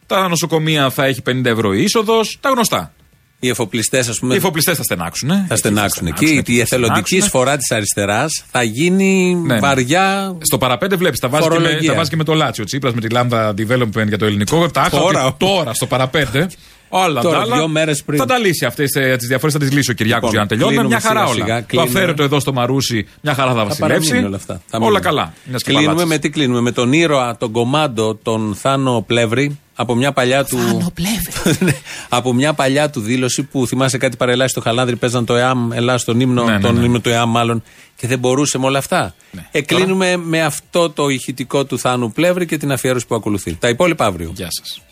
Τα νοσοκομεία θα έχει 50 ευρώ είσοδος. Τα γνωστά. Οι εφοπλιστές, ας πούμε. Οι εφοπλιστές θα στενάξουν. Θα στενάξουν θα εκεί. Η εθελοντική στενάξουν. εισφορά της αριστεράς θα γίνει Ναι, ναι. βαριά. Στο παραπέντε βλέπεις, τα, βάζεις και με- Φορολογία. τα βάζεις και με το Λάτσιο. Τσίπρας με τη Λάμδα Development για το ελληνικό. Τα άκουγα Τώρα. ότι τώρα στο παραπέντε. Όλα Τώρα, τα άλλα. δύο μέρες πριν. Θα τα λύσει αυτές τις διαφορές, θα τις λύσει ο Κυριάκος Λοιπόν, για να τελειώνουμε. κλείνουμε Μια χαρά σιγά-σιγά, όλα. Το κλείνουμε. αφαίρετο εδώ στο Μαρούσι, μια χαρά θα Θα βασιλεύσει. παραμείνουν όλα αυτά. Θα Όλα μείνουν. καλά. Μιας και Κλείνουμε παλάτσες. με τι κλείνουμε. Με τον ήρωα, τον κομμάντο, τον Θάνο Πλεύρη από μια παλιά του. Θάνο Πλεύρη. Ναι, από μια παλιά του δήλωση που θυμάσαι κάτι παρελάσει στο Χαλάνδρη, παίζαν το ΕΑΜ, Ελλάς στον ύμνο, Ναι, ναι, τον ναι. ύμνο του ΕΑΜ μάλλον και δεν μπορούσε με όλα αυτά. Εκλείνουμε με αυτό το ηχητικό του Θάνου Πλεύρη και την αφιέρωση που ακολουθεί. Τα υπόλοιπα αύριο. Γεια σας.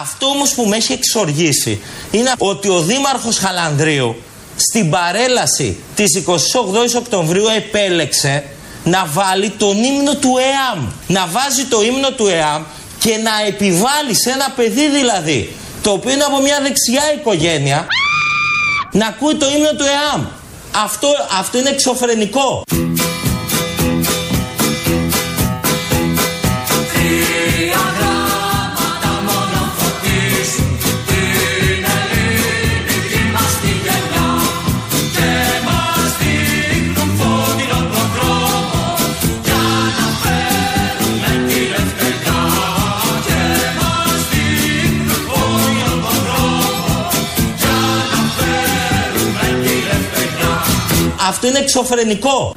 Αυτό όμως που με έχει εξοργήσει είναι ότι ο Δήμαρχος Χαλανδρίου στην παρέλαση της 28 Οκτωβρίου επέλεξε να βάλει τον ύμνο του ΕΑΜ. Να βάζει το ύμνο του ΕΑΜ και να επιβάλλει σε ένα παιδί δηλαδή, το οποίο είναι από μια δεξιά οικογένεια, να ακούει το ύμνο του ΕΑΜ. Αυτό, αυτό είναι εξωφρενικό. Αυτό είναι εξωφρενικό.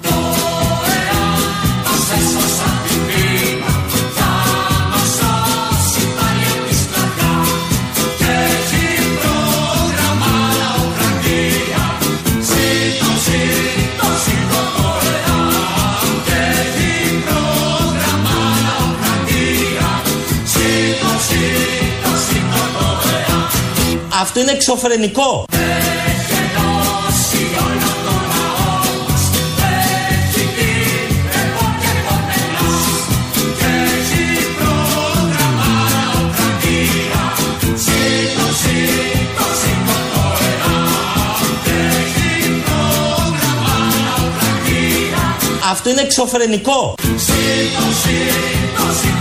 Αυτό είναι εξωφρενικό. Αυτό είναι εξωφρενικό. Σύνο, σύνο, σύνο.